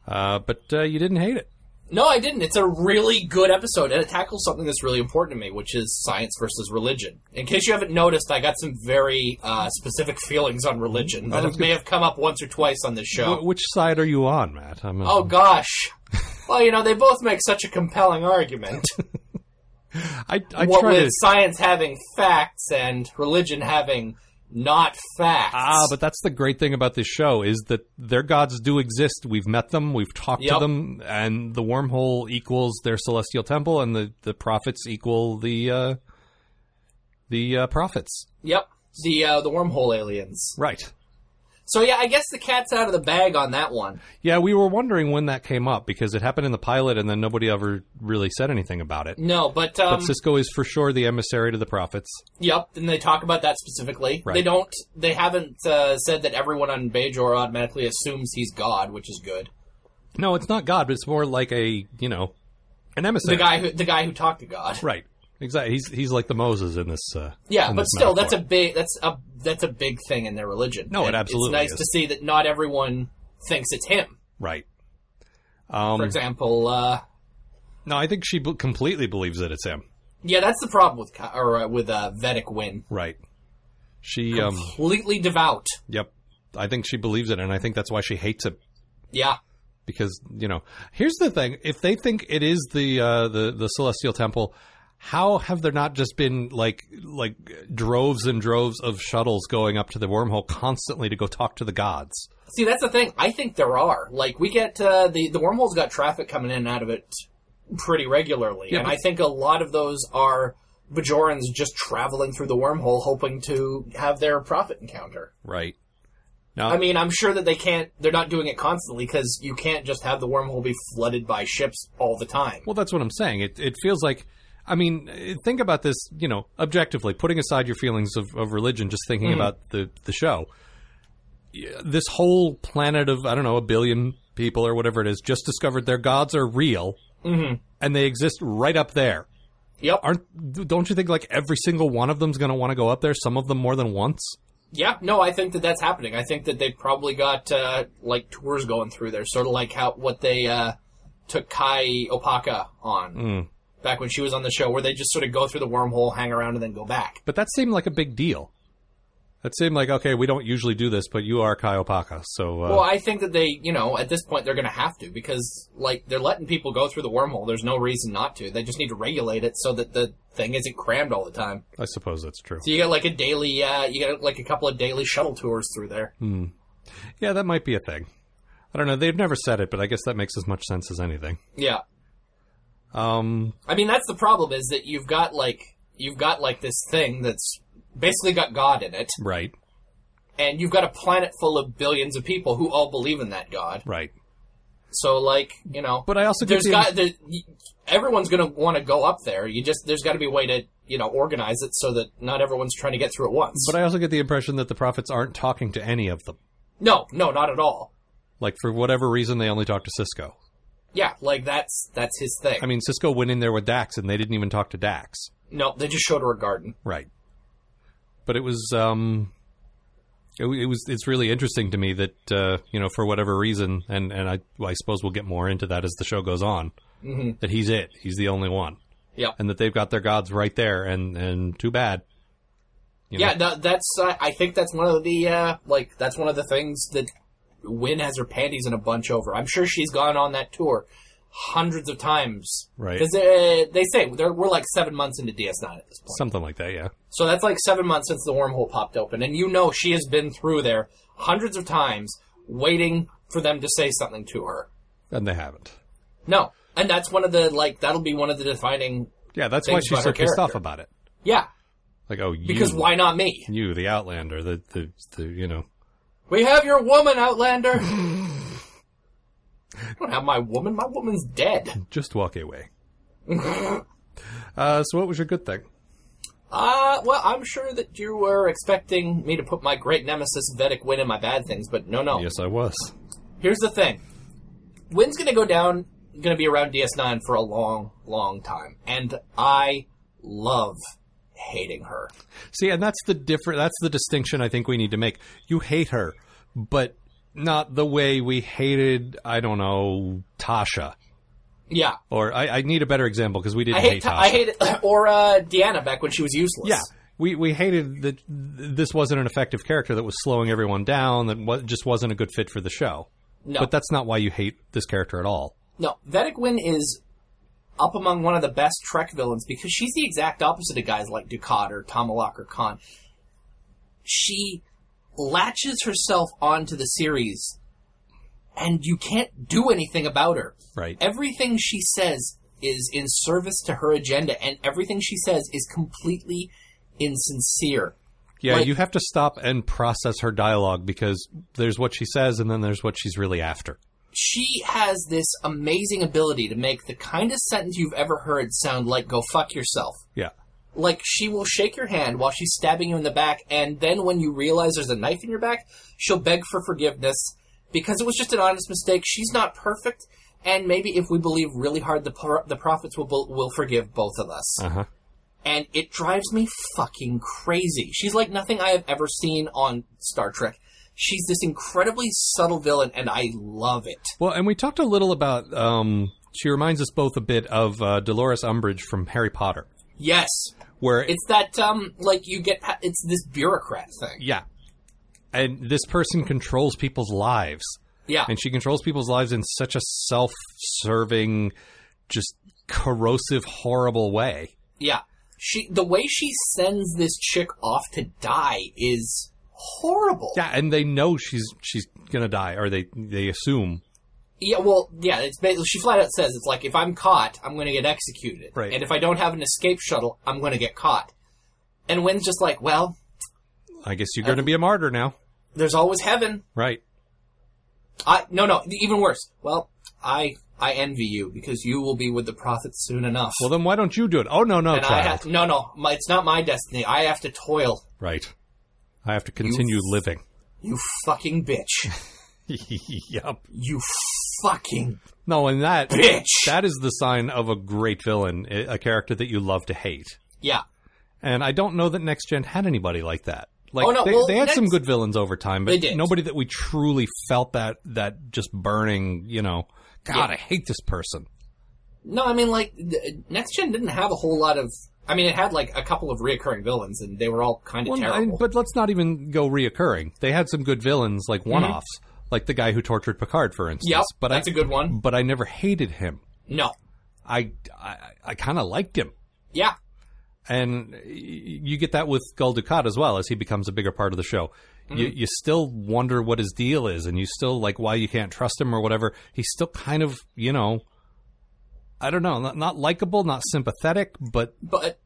S2: Uh, but uh, you didn't hate it.
S3: No, I didn't. It's a really good episode, and it tackles something that's really important to me, which is science versus religion. In case you haven't noticed, I got some very uh, specific feelings on
S2: Mm,
S3: religion that may have come up once or twice on this show.
S2: Wh- Which side are you on, Matt? I'm, uh,
S3: oh gosh. Well, you know, they both make such a compelling argument.
S2: I, I
S3: what
S2: try
S3: with
S2: to.
S3: science having facts and religion having not facts.
S2: Ah, but that's the great thing about this show is that their gods do exist. We've met them, we've talked to
S3: Yep.
S2: them, and the wormhole equals their celestial temple, and the the prophets equal the uh, the uh, prophets.
S3: yep, the uh, the wormhole aliens.
S2: Right.
S3: So yeah, I guess the cat's out of the bag on that one.
S2: Yeah, we were wondering when that came up because it happened in the pilot, and then nobody ever really said anything about it.
S3: No, but um,
S2: But Cisco is for sure the emissary to the prophets.
S3: Yep, and they talk about that specifically.
S2: Right.
S3: They don't. They haven't uh, said that everyone on Bajor automatically assumes he's God, which is good.
S2: No, it's not God, but it's more like a you know an
S3: The
S2: emissary.
S3: guy who the guy who talked to God.
S2: Right. Exactly. He's he's like the Moses in this. Uh,
S3: Yeah,
S2: in
S3: but
S2: this
S3: still,
S2: metaphor.
S3: that's a big that's a that's a big thing in their religion.
S2: No, it
S3: And
S2: absolutely
S3: It's
S2: is.
S3: nice to see that not everyone thinks it's him.
S2: right.
S3: For
S2: Um,
S3: example, uh,
S2: no, I think she b- completely believes that it's him.
S3: yeah, that's the problem with Ka- or uh, with uh, Vedic Win.
S2: Right. She. Um,
S3: Completely devout.
S2: yep. I think she believes it, and I think that's why she hates him.
S3: Yeah,
S2: because you know here's the thing if they think it is the uh the the celestial temple how have there not just been like like droves and droves of shuttles going up to the wormhole constantly to go talk to the gods
S3: See, that's the thing. I think there are. Like, we get uh, the the wormhole's got traffic coming in and out of it pretty regularly,
S2: Yeah,
S3: and
S2: but-
S3: I think a lot of those are Bajorans just traveling through the wormhole, hoping to have their profit encounter.
S2: right now
S3: I mean, I'm sure that they can't. They're not doing it constantly because you can't just have the wormhole be flooded by ships all the time.
S2: well that's what i'm saying it it feels like I mean, eh, think about this, you know, objectively, putting aside your feelings of, of religion, just thinking
S3: Mm-hmm.
S2: about the, the show. Yeah, This whole planet of, I don't know, a billion people or whatever it is, just discovered their gods are real
S3: Mm-hmm.
S2: and they exist right up there.
S3: Yep.
S2: aren't don't you think like every single one of them's going to want to go up there some of them more than once
S3: Yeah. No, I think that that's happening. I think that they've probably got uh, like tours going through there, sort of like how what they uh, took Kai Opaka on. back when she was on the show, where they just sort of go through the wormhole, hang around, and then go back.
S2: but that seemed like a big deal that seemed like okay we don't usually do this but you are Kaiopaka so uh,
S3: Well, I think that they, you know, at this point they're going to have to because, like, they're letting people go through the wormhole. There's no reason not to. They just need to regulate it so that the thing isn't crammed all the time.
S2: I, suppose that's true
S3: So you get like a daily, uh, you get like a couple of daily shuttle tours through there.
S2: Yeah, that might be a thing. I don't know. They've never said it, but I guess that makes as much sense as anything.
S3: Yeah.
S2: Um,
S3: I mean, that's the problem is that you've got like you've got like this thing that's basically got God in it,
S2: right,
S3: and you've got a planet full of billions of people who all believe in that God.
S2: right.
S3: So, like, you know,
S2: But I also get
S3: there's
S2: the-
S3: got there, y- everyone's going to want to go up there. You just there's got to be a way to you know organize it so that not everyone's trying to get through at once.
S2: But I also get the impression that the prophets aren't talking to any of them.
S3: no, no, not at all.
S2: Like for whatever reason, they only talk to Cisco.
S3: Yeah, like that's that's his thing.
S2: I mean, Cisco went in there with Dax, and they didn't even talk to Dax.
S3: no, they just showed her a garden.
S2: Right. But it was um it, it was it's really interesting to me that uh, you know for whatever reason and and I well, I suppose we'll get more into that as the show goes on mm that he's it he's the only one
S3: Mm-hmm. Yeah.
S2: and that they've got their gods right there and and too bad you know?
S3: Yeah, no, that's. Uh, I think that's one of the uh, like that's one of the things that Wynn has her panties in a bunch over. I'm sure she's gone on that tour hundreds of times.
S2: Right.
S3: Because they, they say they're, we're like seven months into DS9 at this point.
S2: something like that yeah
S3: So that's like seven months since the wormhole popped open, and you know she has been through there hundreds of times, waiting for them to say something to her.
S2: and they haven't
S3: No, and that's one of the like that'll be one of the defining.
S2: yeah that's
S3: Things
S2: why she's
S3: about
S2: so
S3: her
S2: pissed off
S3: character.
S2: about it
S3: Yeah,
S2: like oh you
S3: because why not me?
S2: you the outlander the the, the you know
S3: We have your woman, Outlander. I don't have my woman. My woman's dead.
S2: just walk away uh so what was your good thing
S3: Uh, well, I'm sure that you were expecting me to put my great nemesis Vedic Win in my bad things, but no, no.
S2: yes I was
S3: Here's the thing. Wynn's gonna go down, gonna be around DS9 for a long, long time. And I love hating her.
S2: See, and that's the different. That's the distinction I think we need to make. You hate her, but not the way we hated. I don't know Tasha,
S3: Yeah.
S2: or I, I need a better example because we didn't
S3: I hate,
S2: Tasha.
S3: Ta- I hate it. Or, uh, Deanna back when she was useless.
S2: yeah, we we hated that this wasn't an effective character that was slowing everyone down. That wa- just wasn't a good fit for the show.
S3: No.
S2: But that's not why you hate this character at all.
S3: No, Vedic Wynn is up among one of the best Trek villains because she's the exact opposite of guys like Ducat or Tomalak or Khan. She latches herself onto the series, and you can't do anything about her.
S2: Right.
S3: Everything she says is in service to her agenda, and everything she says is completely insincere.
S2: Yeah,
S3: Like-
S2: you have to stop and process her dialogue because there's what she says and then there's what she's really after.
S3: she has this amazing ability to make the kindest sentence you've ever heard sound like go fuck yourself.
S2: Yeah.
S3: Like she will shake your hand while she's stabbing you in the back, and then when you realize there's a knife in your back, she'll beg for forgiveness because it was just an honest mistake. She's not perfect, and maybe if we believe really hard, the pro- the prophets will bel- will forgive both of us.
S2: Uh-huh.
S3: And it drives me fucking crazy. She's like nothing I have ever seen on Star Trek. She's this incredibly subtle villain, and I love it.
S2: Well, and we talked a little about. Um, she reminds us both a bit of uh, Dolores Umbridge from Harry Potter,
S3: Yes,
S2: where
S3: it's that um, like you get pa- it's this bureaucrat thing.
S2: yeah, and this person controls people's lives,
S3: Yeah,
S2: and she controls people's lives in such a self-serving, just corrosive, horrible way.
S3: yeah. She the way she sends this chick off to die is horrible.
S2: Yeah, and they know she's she's gonna die, or they they assume.
S3: Yeah, well, yeah. It's basically she flat out says it's like if I'm caught, I'm going to get executed,
S2: Right.
S3: and if I don't have an escape shuttle, I'm going to get caught. And Wynn's just like, well,
S2: I guess you're gonna be a martyr now,
S3: there's always heaven.
S2: right?
S3: I no no even worse. Well, I I envy you because you will be with the prophets soon enough.
S2: Well, then why don't you do it? Oh no, no,
S3: and I
S2: child,
S3: have no no. My, it's not my destiny. I have to toil.
S2: right? I have to continue living.
S3: You fucking bitch.
S2: yep.
S3: You fucking
S2: No, and that
S3: bitch.
S2: that is the sign of a great villain, a a character that you love to hate.
S3: yeah.
S2: And I don't know that Next Gen had anybody like that. Like
S3: Oh, no,
S2: they,
S3: well,
S2: they had some
S3: Next-
S2: good villains over time, but
S3: They did.
S2: nobody that we truly felt that that just burning, you know, God, I hate this person.
S3: No, I mean, like, th- Next Gen didn't have a whole lot of. I mean, it had, like, a couple of reoccurring villains, and they were all kind of
S2: Well, I-
S3: terrible.
S2: but let's not even go reoccurring. They had some good villains, like one-offs, like the guy who tortured Picard, for instance.
S3: Mm-hmm. Yep,
S2: but
S3: that's
S2: I, Mm.
S3: a good one.
S2: But I never hated him.
S3: No.
S2: I I, I kind of liked him.
S3: Yeah.
S2: and y- you get that with Gul Dukat as well as he becomes a bigger part of the show. You,
S3: Mm-hmm.
S2: you still wonder what his deal is, and you still like why you can't trust him or whatever. He's still kind of you know, I don't know, not, not likable, not sympathetic, but
S3: but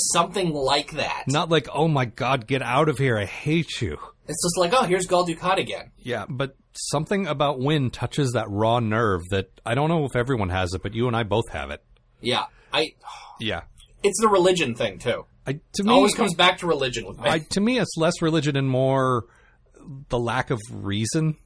S3: something like that.
S2: not like oh my god, get out of here, I hate you.
S3: It's just like, oh, here's Gul Dukat again.
S2: Yeah, but something about Win touches that raw nerve that I don't know if everyone has it, but you and I both have it.
S3: Yeah, I.
S2: Yeah,
S3: It's the religion thing too.
S2: I, to
S3: It
S2: me,
S3: always comes back to religion with me.
S2: I, to me, it's less religion and more the lack of reason,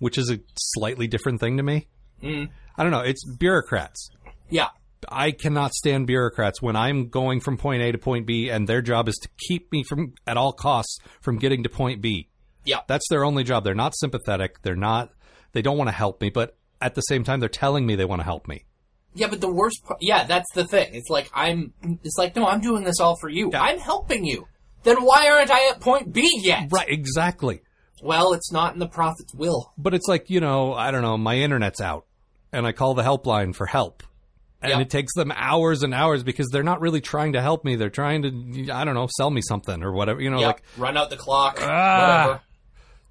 S2: which is a slightly different thing to me. I don't know. It's bureaucrats.
S3: yeah,
S2: I cannot stand bureaucrats when I'm going from point A to point B, and their job is to keep me from, at all costs, from getting to point B.
S3: yeah,
S2: That's their only job. They're not sympathetic. They're not. They don't want to help me, but at the same time, they're telling me they want to help me.
S3: yeah. But the worst part, yeah, that's the thing. It's like I'm. It's like no, I'm doing this all for you. I'm helping you. Then why aren't I at point B yet?
S2: Right? Exactly.
S3: Well, it's not in the prophet's will.
S2: But it's like, you know, I don't know, my internet's out and I call the helpline for help. And
S3: Yeah.
S2: it takes them hours and hours because they're not really trying to help me. They're trying to, I don't know, sell me something or whatever. You know,
S3: Yeah,
S2: like
S3: run out the clock.
S2: Ah.
S3: whatever.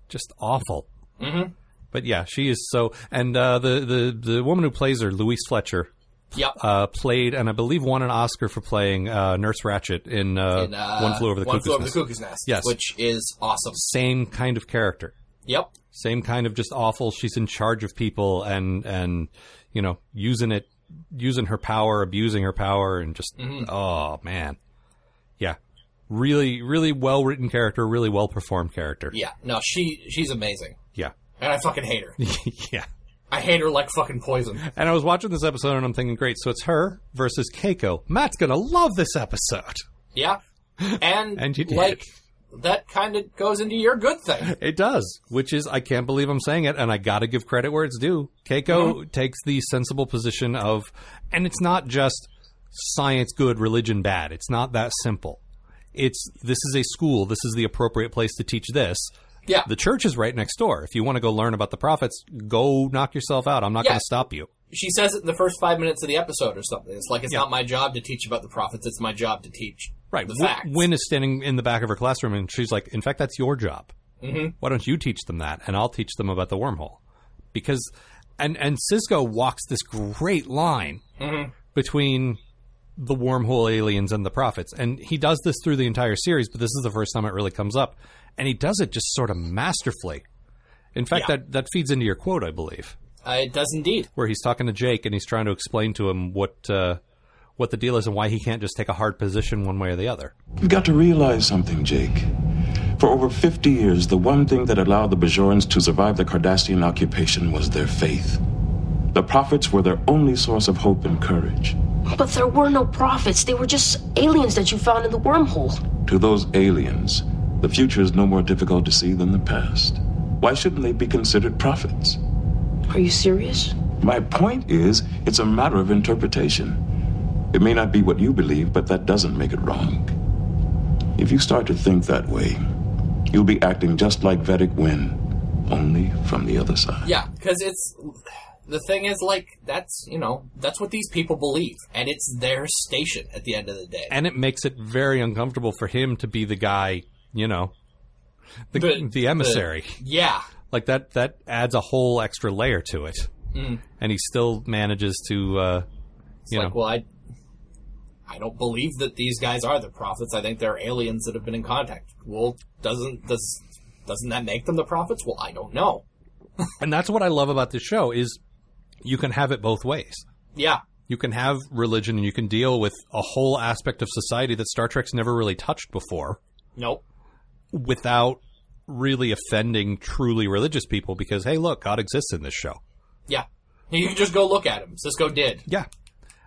S2: just awful. Mm-hmm. But yeah, she is so. And uh, the, the the woman who plays her, Louise Fletcher,
S3: Yep.
S2: uh, played and I believe won an Oscar for playing uh, Nurse Ratchet in, uh,
S3: And, uh,
S2: One Flew Over the
S3: One
S2: Cuckoo's
S3: Flew Over the
S2: Nest.
S3: Cuckoo's Nest.
S2: Yes.
S3: Which is awesome.
S2: Same kind of character.
S3: Yep.
S2: same kind of just awful. She's in charge of people and and you know using it, using her power, abusing her power, and just oh man, yeah, really really well written character, really well performed character.
S3: Yeah. No, she she's amazing,
S2: Yeah,
S3: and I fucking hate her.
S2: yeah.
S3: I hate her like fucking poison.
S2: And I was watching this episode and I'm thinking, great, so it's her versus Keiko. Matt's gonna love this episode.
S3: Yeah. And,
S2: And you did.
S3: like that kind of goes into your good thing.
S2: It does, which is I can't believe I'm saying it, and I got to give credit where it's due. Keiko takes the sensible position of, and it's not just science good, religion bad. It's not that simple. It's this is a school. This is the appropriate place to teach this.
S3: Yeah.
S2: The church is right next door. If you want to go learn about the prophets, go knock yourself out. I'm not
S3: Yeah.
S2: going to stop you.
S3: she says it in the first five minutes of the episode or something. It's like it's not my job to teach about the prophets. It's my job to teach
S2: Right.
S3: the
S2: Wh-
S3: facts.
S2: Wynn is standing in the back of her classroom, and she's like, "In fact, that's your job. Mm-hmm. Why don't you teach them that, and I'll teach them about the wormhole?" Because, and and Cisco walks this great line
S3: Mm-hmm.
S2: between the wormhole aliens and the prophets, and he does this through the entire series. But this is the first time it really comes up, and he does it just sort of masterfully. In fact,
S3: Yeah.
S2: that that feeds into your quote, I believe
S3: uh, it does indeed.
S2: where he's talking to Jake and he's trying to explain to him what uh, what the deal is and why he can't just take a hard position one way or the other.
S5: You've got to realize something, Jake. For over 50 years, the one thing that allowed the Bajorans to survive the Cardassian occupation was their faith. The prophets were their only source of hope and courage.
S6: But there were no prophets. They were just aliens that you found in the wormhole.
S5: To those aliens, the future is no more difficult to see than the past. Why shouldn't they be considered prophets?
S6: Are you serious?
S5: My point is, it's a matter of interpretation. It may not be what you believe, but that doesn't make it wrong. If you start to think that way, you'll be acting just like Vedic Wynn, only from the other side.
S3: Yeah, because it's the thing is like that's you know that's what these people believe, and it's their station at the end of the day.
S2: And it makes it very uncomfortable for him to be the guy, you know, the
S3: The-
S2: the, emissary.
S3: yeah,
S2: like that that adds a whole extra layer to it. And he still manages to uh,
S3: Mm. it's
S2: you
S3: like
S2: know,
S3: well I. I don't believe that these guys are the prophets. I think they're aliens that have been in contact. Well, doesn't does doesn't that make them the prophets? Well, I don't know.
S2: and that's what I love about this show is you can have it both ways.
S3: Yeah,
S2: You can have religion and you can deal with a whole aspect of society that Star Trek's never really touched before.
S3: nope.
S2: without really offending truly religious people because hey look god exists in this show
S3: Yeah. You can just go look at him. Cisco did.
S2: yeah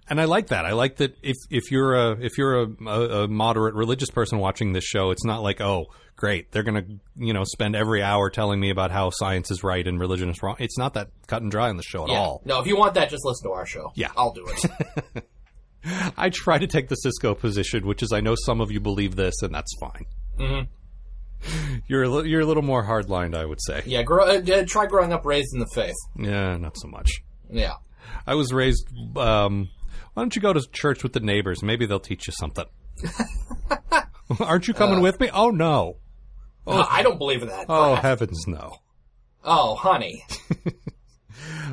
S2: and i like that i like that if if you're a if you're a, a, a moderate religious person watching this show it's not like oh great they're gonna you know spend every hour telling me about how science is right and religion is wrong it's not that cut and dry on the show at
S3: Yeah.
S2: all
S3: No, if you want that, just listen to our show.
S2: Yeah.
S3: I'll do it.
S2: i try to take the cisco position which is i know some of you believe this and that's fine mm-hmm. you're a, li- you're a little more hardlined i would say
S3: yeah, grow, uh, uh, try growing up raised in the faith.
S2: yeah not so much
S3: Yeah.
S2: I was raised um, Why don't you go to church with the neighbors? Maybe they'll teach you something. Aren't you coming with me? Oh, no.
S3: Uh, I don't believe in that.
S2: Oh, heavens, no.
S3: Oh, honey.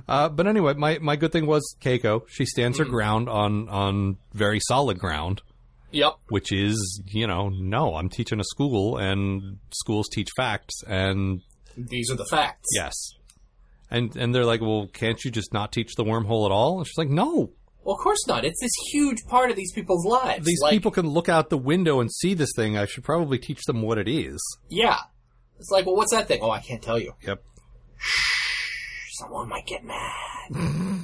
S2: Uh, but anyway, my, my good thing was Keiko. She stands her ground on, on very solid ground,
S3: Yep.
S2: which is, you know, no, I'm teaching a school and schools teach facts and
S3: These are the facts.
S2: yes. And, and they're like, well, can't you just not teach the wormhole at all? And she's like, no,
S3: Well, of course not. It's this huge part of these people's lives.
S2: these
S3: Like,
S2: people can look out the window and see this thing. I should probably teach them what it is.
S3: Yeah. It's like, well, what's that thing? Oh, I can't tell you.
S2: Yep.
S3: Someone might get mad.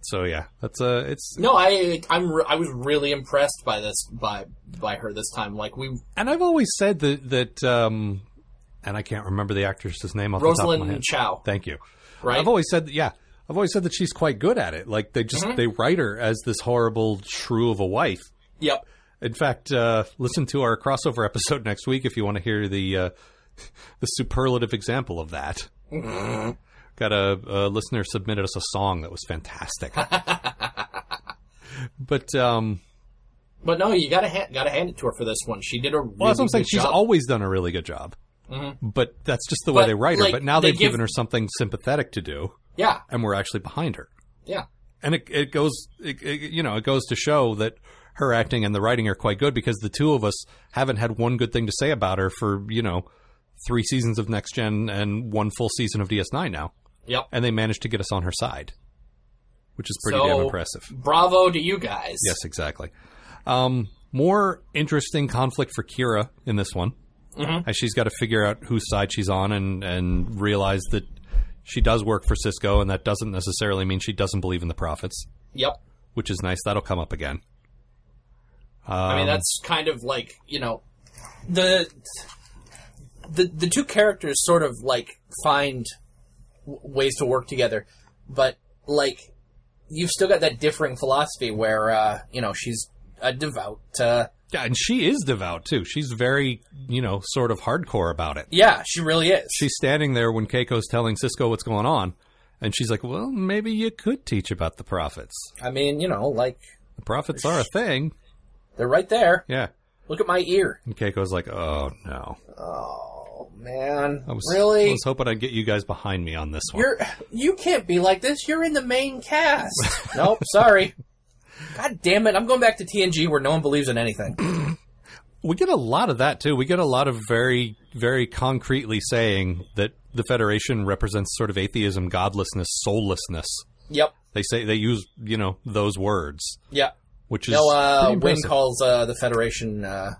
S2: So yeah, that's uh it's
S3: No, I, I'm, re- I was really impressed by this, by, by her this time. Like we,
S2: and I've always said that that um and I can't remember the actress's name off the top of my
S3: Rosalind
S2: head.
S3: Chow,
S2: Thank you.
S3: right?
S2: I've always said that, yeah. I've always said that she's quite good at it. Like they
S3: Mm-hmm.
S2: just they write her as this horrible shrew of a wife.
S3: yep.
S2: In fact, uh, listen to our crossover episode next week if you want to hear the uh, the superlative example of that.
S3: Mm-hmm.
S2: Got a, a listener submitted us a song that was fantastic. but um,
S3: But no, you gotta, ha- gotta hand it to her for this one. She did a really
S2: well, that's what I'm saying.
S3: good
S2: She's
S3: job. Mm-hmm.
S2: always done a really good job. But that's just the way
S3: But,
S2: they write her.
S3: like,
S2: but now
S3: they
S2: they've
S3: give-
S2: given her something sympathetic to do,
S3: yeah,
S2: and we're actually behind her.
S3: yeah.
S2: and it, it goes it, it, you know it goes to show that her acting and the writing are quite good because the two of us haven't had one good thing to say about her for you know three seasons of next gen and one full season of ds9 now
S3: Yep.
S2: and they managed to get us on her side which is pretty
S3: So,
S2: damn impressive
S3: Bravo to you guys.
S2: yes exactly um, more interesting conflict for kira in this one as she's got to figure out whose side she's on and and realize that she does work for cisco and that doesn't necessarily mean she doesn't believe in the prophets
S3: Yep.
S2: which is nice. That'll come up again.
S3: I
S2: Um,
S3: mean, that's kind of like you know, the the the two characters sort of like find w- ways to work together, but like you've still got that differing philosophy where uh, you know she's a devout. Uh,
S2: Yeah, and she is devout too. She's very, you know, sort of hardcore about it.
S3: yeah, she really is.
S2: She's standing there when Keiko's telling Cisco what's going on, and she's like, "Well, maybe you could teach about the prophets.
S3: I mean, you know, like
S2: The prophets are a thing."
S3: they're right there.
S2: Yeah,
S3: Look at my ear.
S2: and Keiko's like, "Oh no,
S3: Oh man,
S2: I was
S3: really?
S2: I was hoping I'd get you guys behind me on this one."
S3: You're you can't be like this. You're in the main cast. nope, sorry. God damn it! I'm going back to TNG where no one believes in anything.
S2: we get a lot of that too. We get a lot of very, very concretely saying that the Federation represents sort of atheism, godlessness, soullessness.
S3: Yep.
S2: They say they use, you know, those words.
S3: Yeah.
S2: which is
S3: No, uh,
S2: pretty
S3: Wynn
S2: impressive.
S3: calls uh, the Federation, uh,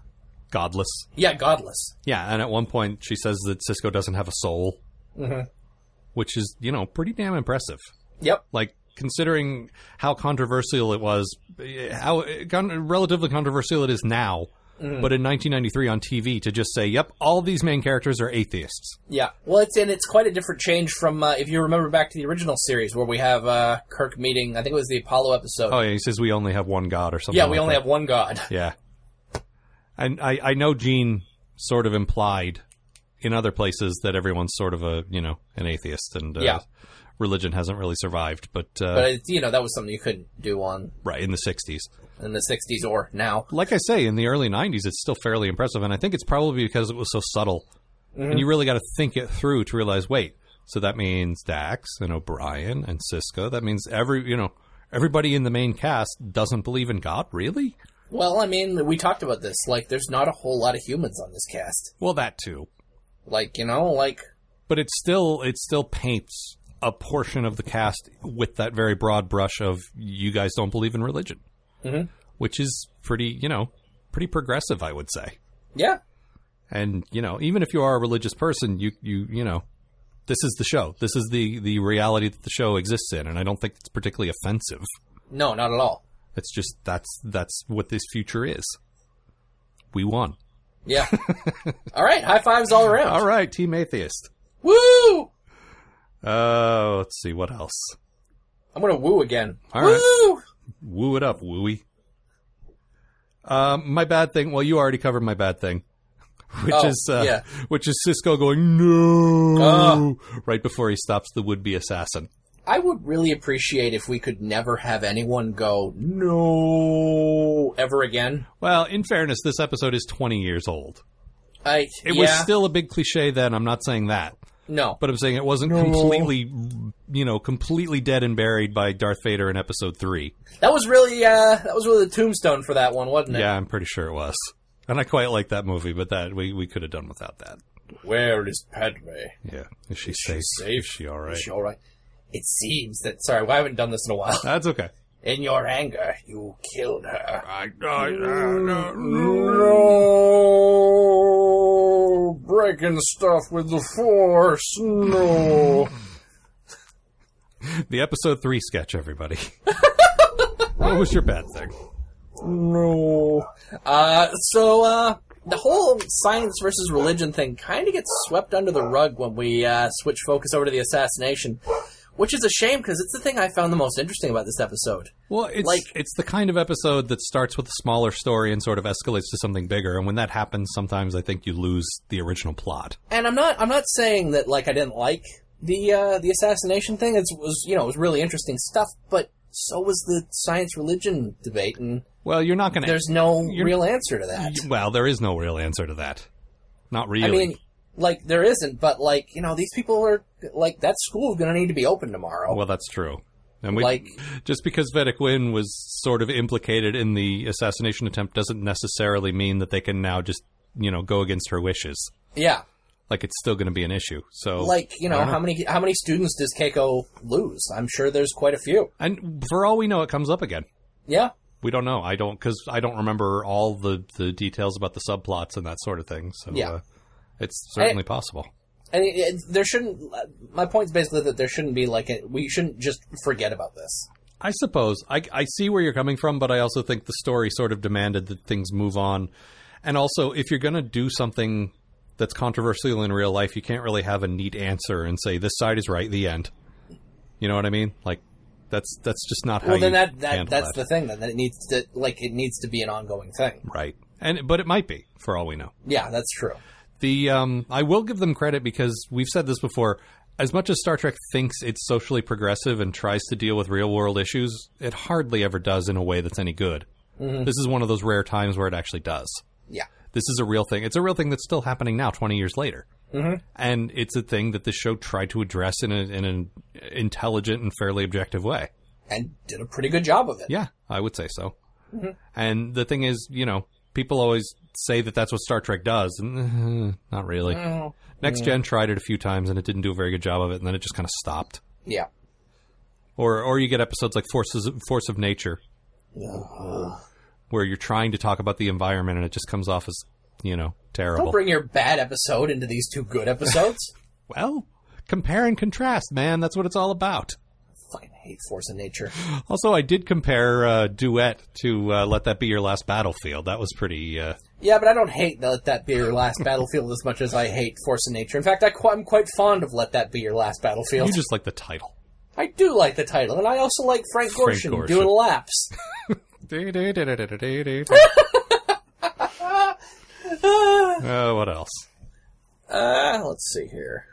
S2: godless.
S3: yeah, godless.
S2: Yeah, and at one point she says that Cisco doesn't have a soul,
S3: Mm-hmm.
S2: which is you know pretty damn impressive.
S3: Yep.
S2: Like considering how controversial it was, eh, how eh, con- relatively controversial it is now.
S3: Mm.
S2: But in 1993 on TV, to just say, "Yep, all these main characters are atheists."
S3: Yeah. Well, it's and it's quite a different change from uh, if you remember back to the original series where we have uh, Kirk meeting. I think it was the Apollo episode.
S2: Oh yeah, he says we only have one god or something.
S3: yeah, we
S2: like
S3: only
S2: that.
S3: have one god.
S2: Yeah. And I, I know Gene sort of implied in other places that everyone's sort of a, you know, an atheist and uh,
S3: Yeah.
S2: religion hasn't really survived, but, uh,
S3: But it's, you know that was something you couldn't do on
S2: right in the 60s.
S3: in the '60s or now.
S2: Like I say, in the early 90s, it's still fairly impressive, and I think it's probably because it was so subtle. And you really got to think it through to realize, wait, so that means Dax and O'Brien and Cisco. That means every, you know, everybody in the main cast doesn't believe in God, really?
S3: Well, I mean, we talked about this. Like, there's not a whole lot of humans on this cast.
S2: Well, that too.
S3: Like, you know, like
S2: but it still it still paints a portion of the cast with that very broad brush of you guys don't believe in religion, which is pretty you know pretty progressive, I would say.
S3: yeah,
S2: And you know, even if you are a religious person, you you you know, this is the show. This is the the reality that the show exists in, and I don't think it's particularly offensive.
S3: no, not at all.
S2: It's just that's that's what this future is. We won.
S3: Yeah. all right, high fives all around.
S2: All right, team atheist.
S3: Woo!
S2: Uh, let's see what else.
S3: I'm gonna woo again.
S2: All
S3: woo!
S2: right. Woo it up, wooey. Um, my bad thing. Well, you already covered my bad thing, which
S3: Oh,
S2: is uh,
S3: yeah. Oh.
S2: which is Cisco going no right before he stops the would-be assassin.
S3: I would really appreciate if we could never have anyone go no ever again.
S2: Well, in fairness, this episode is 20 years old.
S3: I
S2: It
S3: yeah,
S2: was still a big cliche then. I'm not saying that.
S3: no,
S2: But I'm saying it wasn't completely, you know, completely dead and buried by Darth Vader in episode three.
S3: that was really uh, that was really the tombstone for that one, wasn't it?
S2: Yeah, I'm pretty sure it was. And I quite like that movie, but that we, we could have done without that.
S3: Where is Padme?
S2: Yeah. Is she
S3: she
S2: safe?
S3: safe?
S2: Is she all right?
S3: Is she all right? It seems that sorry, well, I haven't done this in a while.
S2: That's okay.
S3: In your anger, you killed her.
S2: I, I, no,
S3: No, breaking stuff with the force. No.
S2: The episode three sketch, everybody. what was your bad thing?
S3: No. Uh, so, uh, the whole science versus religion thing kind of gets swept under the rug when we uh, switch focus over to the assassination, which is a shame because it's the thing I found the most interesting about this episode.
S2: Well, it's
S3: Like-
S2: it's the kind of episode that starts with a smaller story and sort of escalates to something bigger. And when that happens, sometimes I think you lose the original plot.
S3: And I'm not, I'm not saying that like I didn't like the uh, the assassination thing. It was, you know, it was really interesting stuff, but so was the science religion debate, and
S2: Well, you're not going to.
S3: there's no real answer to that.
S2: Well, there is no real answer to that. Not really.
S3: I mean, like there isn't, but like you know, these people are like that school's going to need to be open tomorrow.
S2: well, that's true. And we,
S3: like
S2: just because Vedic Wynn was sort of implicated in the assassination attempt doesn't necessarily mean that they can now just you know go against her wishes.
S3: yeah,
S2: Like it's still going to be an issue. So
S3: like you know,
S2: I don't
S3: how many how many students does Keiko lose? I'm sure there's quite a few.
S2: and for all we know, it comes up again.
S3: Yeah,
S2: We don't know. I don't because I don't remember all the the details about the subplots and that sort of thing. So
S3: Yeah.
S2: uh, it's certainly possible.
S3: and it, it- there shouldn't. My point's basically that there shouldn't be like a, we shouldn't just forget about this.
S2: I suppose I, I see where you're coming from, but I also think the story sort of demanded that things move on. And also, if you're going to do something that's controversial in real life, you can't really have a neat answer and say this side is right. The end. You know what I mean? Like that's that's just not how
S3: Well, then
S2: you
S3: that, that
S2: handle
S3: that's
S2: that.
S3: the thing. Then that it needs to like it needs to be an ongoing thing.
S2: right. And but it might be for all we know.
S3: Yeah, that's true.
S2: The um, I will give them credit because we've said this before. As much as Star Trek thinks it's socially progressive and tries to deal with real world issues, it hardly ever does in a way that's any good. This is one of those rare times where it actually does.
S3: Yeah,
S2: This is a real thing. It's a real thing that's still happening now, 20 years later. Mm-hmm. And it's a thing that the show tried to address in, a, in an intelligent and fairly objective way.
S3: and did a pretty good job of it.
S2: Yeah, I would say so. And the thing is, you know, people always say that that's what Star Trek does, and uh, not really. Next Gen tried it a few times, and it didn't do a very good job of it, and then it just kind of stopped.
S3: Yeah.
S2: Or, or you get episodes like Forces Force of Nature, where you're trying to talk about the environment, and it just comes off as, you know,
S3: Don't
S2: terrible.
S3: bring your bad episode into these two good episodes.
S2: well, compare and contrast, man. That's what it's all about.
S3: Fucking hate Force of Nature.
S2: Also, I did compare uh, Duet to uh, Let That Be Your Last Battlefield. That was pretty. Uh,
S3: Yeah, but I don't hate Let That Be Your Last Battlefield as much as I hate Force of Nature. In fact, I qu- I'm quite fond of Let That Be Your Last Battlefield.
S2: you just like the title.
S3: I do like the title, and I also like Frank
S2: Frank
S3: Gorshin,
S2: Gorshin.
S3: doing laps.
S2: Uh, oh, what else?
S3: Uh, let's see here.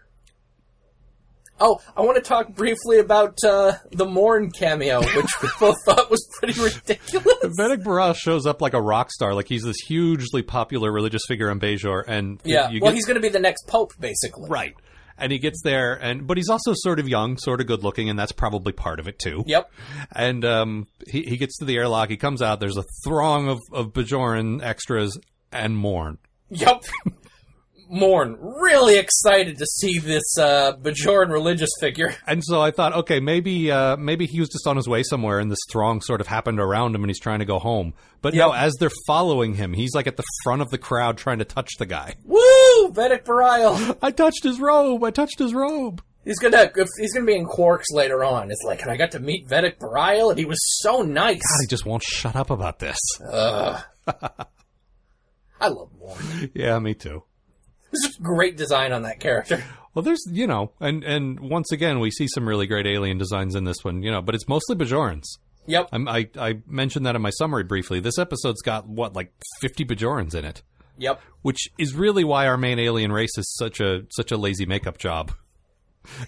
S3: Oh, I want to talk briefly about uh, the Morn cameo, which we both thought was pretty ridiculous.
S2: Vedic Barrage shows up like a rock star, like he's this hugely popular religious figure in Bejor, and you-
S3: Yeah,
S2: you
S3: well,
S2: get-
S3: he's going to be the next Pope, basically.
S2: right. And he gets there, and but he's also sort of young, sort of good looking, and that's probably part of it too.
S3: Yep.
S2: And um, he he gets to the airlock, he comes out. There's a throng of of Bajoran extras and Morn.
S3: Yep. Morn, really excited to see this uh, Bajoran religious figure.
S2: And so I thought, okay, maybe uh, maybe he was just on his way somewhere, and this throng sort of happened around him, and he's trying to go home. But no, as they're following him, he's like at the front of the crowd trying to touch the guy.
S3: Woo! Vedic Varial.
S2: I touched his robe. I touched his robe.
S3: He's gonna if he's gonna be in Quarks later on. It's like, and I got to meet Vedic Varial, and he was so nice.
S2: God, he just won't shut up about this.
S3: I love Morn.
S2: yeah, me too.
S3: This is great design on that character.
S2: Well, there's you know, and and once again, we see some really great alien designs in this one, you know, but it's mostly Bajorans.
S3: Yep.
S2: I'm, I I mentioned that in my summary briefly. This episode's got what like 50 Bajorans in it,
S3: Yep.
S2: which is really why our main alien race is such a such a lazy makeup job.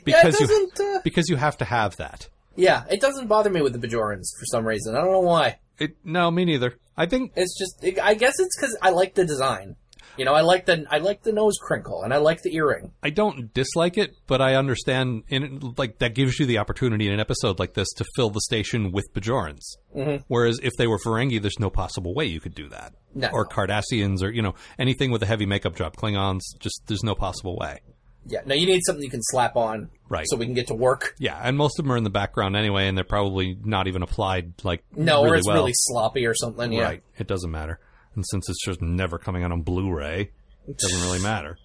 S2: because you
S3: doesn't, uh,
S2: because you have to have that.
S3: Yeah, it doesn't bother me with the Bajorans for some reason. I don't know why.
S2: It, no, me neither. I think
S3: It's just, it, I guess it's because I like the design. You know, I like the I like the nose crinkle and I like the earring.
S2: I don't dislike it, but I understand in like that gives you the opportunity in an episode like this to fill the station with Bajorans. Mm-hmm. Whereas if they were Ferengi, there's no possible way you could do that,
S3: No.
S2: or Cardassians, or you know anything with a heavy makeup job. Klingons, just there's no possible way.
S3: Yeah, no, you need something you can slap on,
S2: Right.
S3: So we can get to work.
S2: Yeah, and most of them are in the background anyway, and they're probably not even applied like
S3: No,
S2: really
S3: or it's
S2: well.
S3: really sloppy or something. Yeah.
S2: Right. It doesn't matter. And since it's just never coming out on Blu-ray, it doesn't really matter.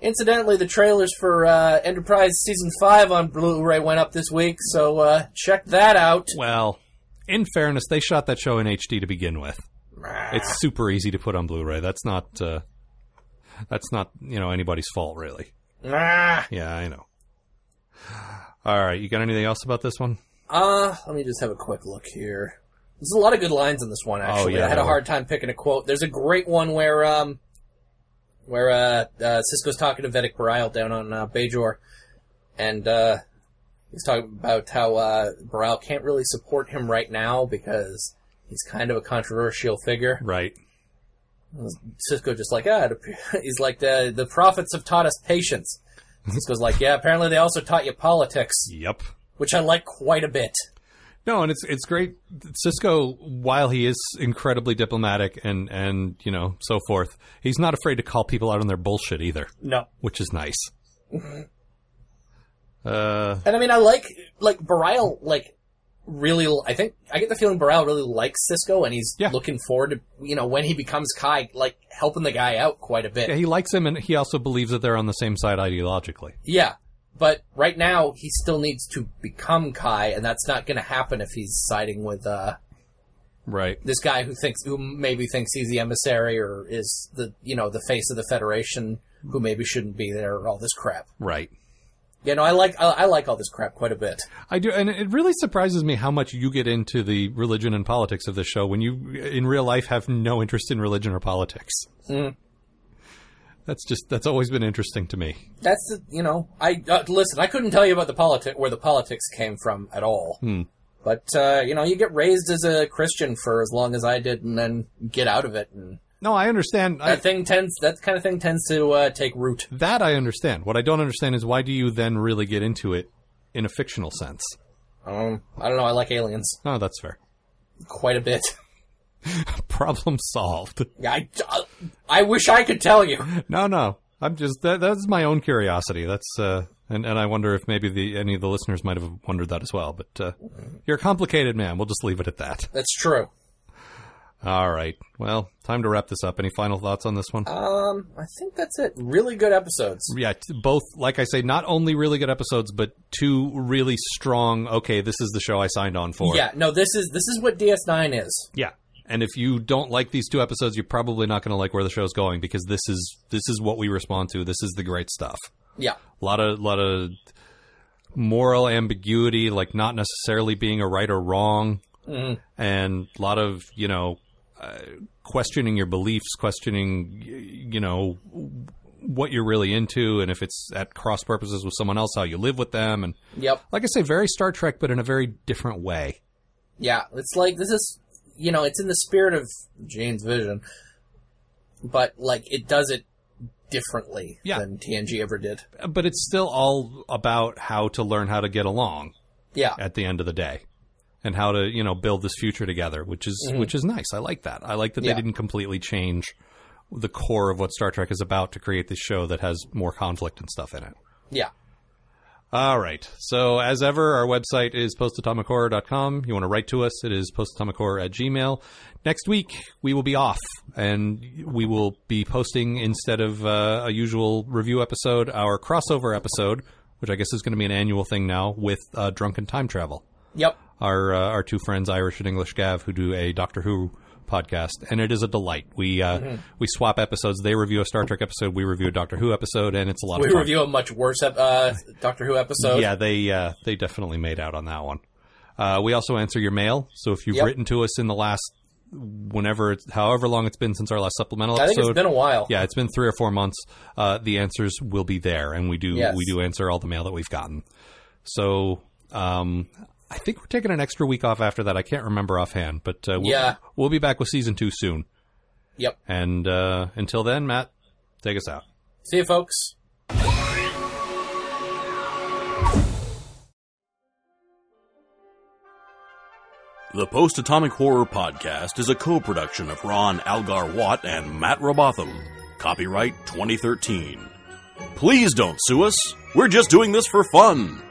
S3: Incidentally, the trailers for uh, Enterprise season five on Blu-ray went up this week, so uh, check that out.
S2: Well, in fairness, they shot that show in HD to begin with. It's super easy to put on Blu-ray. That's not uh, that's not, you know, anybody's fault really.
S3: Ah.
S2: Yeah, I know. All right, you got anything else about this one?
S3: Uh, let me just have a quick look here. There's a lot of good lines in this one, actually.
S2: yeah,
S3: I had a
S2: there
S3: hard time picking a quote. There's a great one where, um, where, uh, uh Cisco's talking to Vedic Barile down on, uh, Bajor, and, uh, he's talking about how, uh, Barile can't really support him right now because he's kind of a controversial figure.
S2: Right.
S3: Cisco just like, ah, it appear-" he's like, the, the prophets have taught us patience.
S2: Mm-hmm.
S3: Cisco's like, yeah, apparently they also taught you politics,
S2: Yep.
S3: which I like quite a bit.
S2: No, and it's it's great. Cisco, while he is incredibly diplomatic and and you know so forth, he's not afraid to call people out on their bullshit either,
S3: No.
S2: which is nice. Uh,
S3: And I mean, I like, like, Barile, like, really, I think, I get the feeling Barile really likes Cisco and he's
S2: Yeah.
S3: looking forward to, you know, when he becomes Kai, like, helping the guy out quite a bit.
S2: yeah,
S3: Yeah.
S2: he likes him, and he also believes that they're on the same side ideologically.
S3: But right now, he still needs to become Kai, and that's not going to happen if he's siding with uh,
S2: Right.
S3: this guy who thinks, who maybe thinks he's the emissary or is the, you know, the face of the Federation, who maybe shouldn't be there, or all this crap.
S2: Right.
S3: You know, I like, I, I like all this crap quite a bit.
S2: I do, and it really surprises me how much you get into the religion and politics of this show when you, in real life, have no interest in religion or politics. That's just that's always been interesting to me.
S3: That's the, you know, I uh, listen. I couldn't tell you about the politic where the politics came from at all. But uh, you know, you get raised as a Christian for as long as I did, and then get out of it, and
S2: No, I understand. I,
S3: that thing tends that kind of thing tends to uh, take root.
S2: That I understand. What I don't understand is why do you then really get into it in a fictional sense?
S3: Um, I don't know. I like aliens
S2: Oh, that's fair.
S3: quite a bit.
S2: Problem solved.
S3: Yeah, I, I wish I could tell you.
S2: No, no. I'm just that, that's my own curiosity. That's uh and, and I wonder if maybe the any of the listeners might have wondered that as well. But uh, you're a complicated man. We'll just leave it at that.
S3: That's true.
S2: All right. Well, time to wrap this up. Any final thoughts on this one?
S3: Um, I think that's it. Really good episodes.
S2: yeah, t- both like I say, not only really good episodes, but two really strong. Okay, this is the show I signed on for.
S3: Yeah. No, this is this is what DS9 is.
S2: Yeah. And if you don't like these two episodes, you're probably not going to like where the show's going because this is this is what we respond to. This is the great stuff.
S3: Yeah.
S2: A lot of lot of moral ambiguity, like not necessarily being a right or wrong, and a lot of you know uh, questioning your beliefs, questioning y- you know what you're really into, and if it's at cross purposes with someone else, how you live with them, and
S3: Yep.
S2: like I say, very Star Trek, but in a very different way.
S3: Yeah, it's like this is you know, it's in the spirit of Jane's vision, but like it does it differently
S2: Yeah.
S3: than TNG ever did.
S2: but it's still all about how to learn how to get along
S3: Yeah,
S2: at the end of the day and how to you know build this future together which is which is nice i like that i like that
S3: Yeah.
S2: they didn't completely change the core of what star trek is about to create this show that has more conflict and stuff in it
S3: yeah.
S2: all right so as ever our website is postatomichorror.com you want to write to us it is postatomichorror at gmail next week we will be off and we will be posting instead of uh, a usual review episode our crossover episode which i guess is going to be an annual thing now with uh, drunken time travel
S3: Yep.
S2: our uh, our two friends, Irish and English Gav, who do a Doctor Who podcast, and it is a delight. We uh,
S3: Mm-hmm.
S2: we swap episodes. They review a Star Trek episode, we review a Doctor Who episode, and it's a lot
S3: We
S2: of fun.
S3: review a much worse ep- uh, Doctor Who episode.
S2: yeah, they uh, they definitely made out on that one. Uh, we also answer your mail, so if you've
S3: Yep.
S2: written to us in the last whenever, it's, however long it's been since our last supplemental
S3: I think
S2: episode.
S3: it's been a while.
S2: yeah, it's been three or four months. Uh, the answers will be there, and we do
S3: Yes.
S2: we do answer all the mail that we've gotten. So um, I think we're taking an extra week off after that. I can't remember offhand, but uh, we'll,
S3: Yeah.
S2: we'll be back with season two soon.
S3: Yep.
S2: And uh, until then, Matt, take us out.
S3: See you, folks.
S1: The Post Atomic Horror Podcast is a co production of Ron Algar Watt and Matt Robotham. Copyright 2013. Please don't sue us. We're just doing this for fun.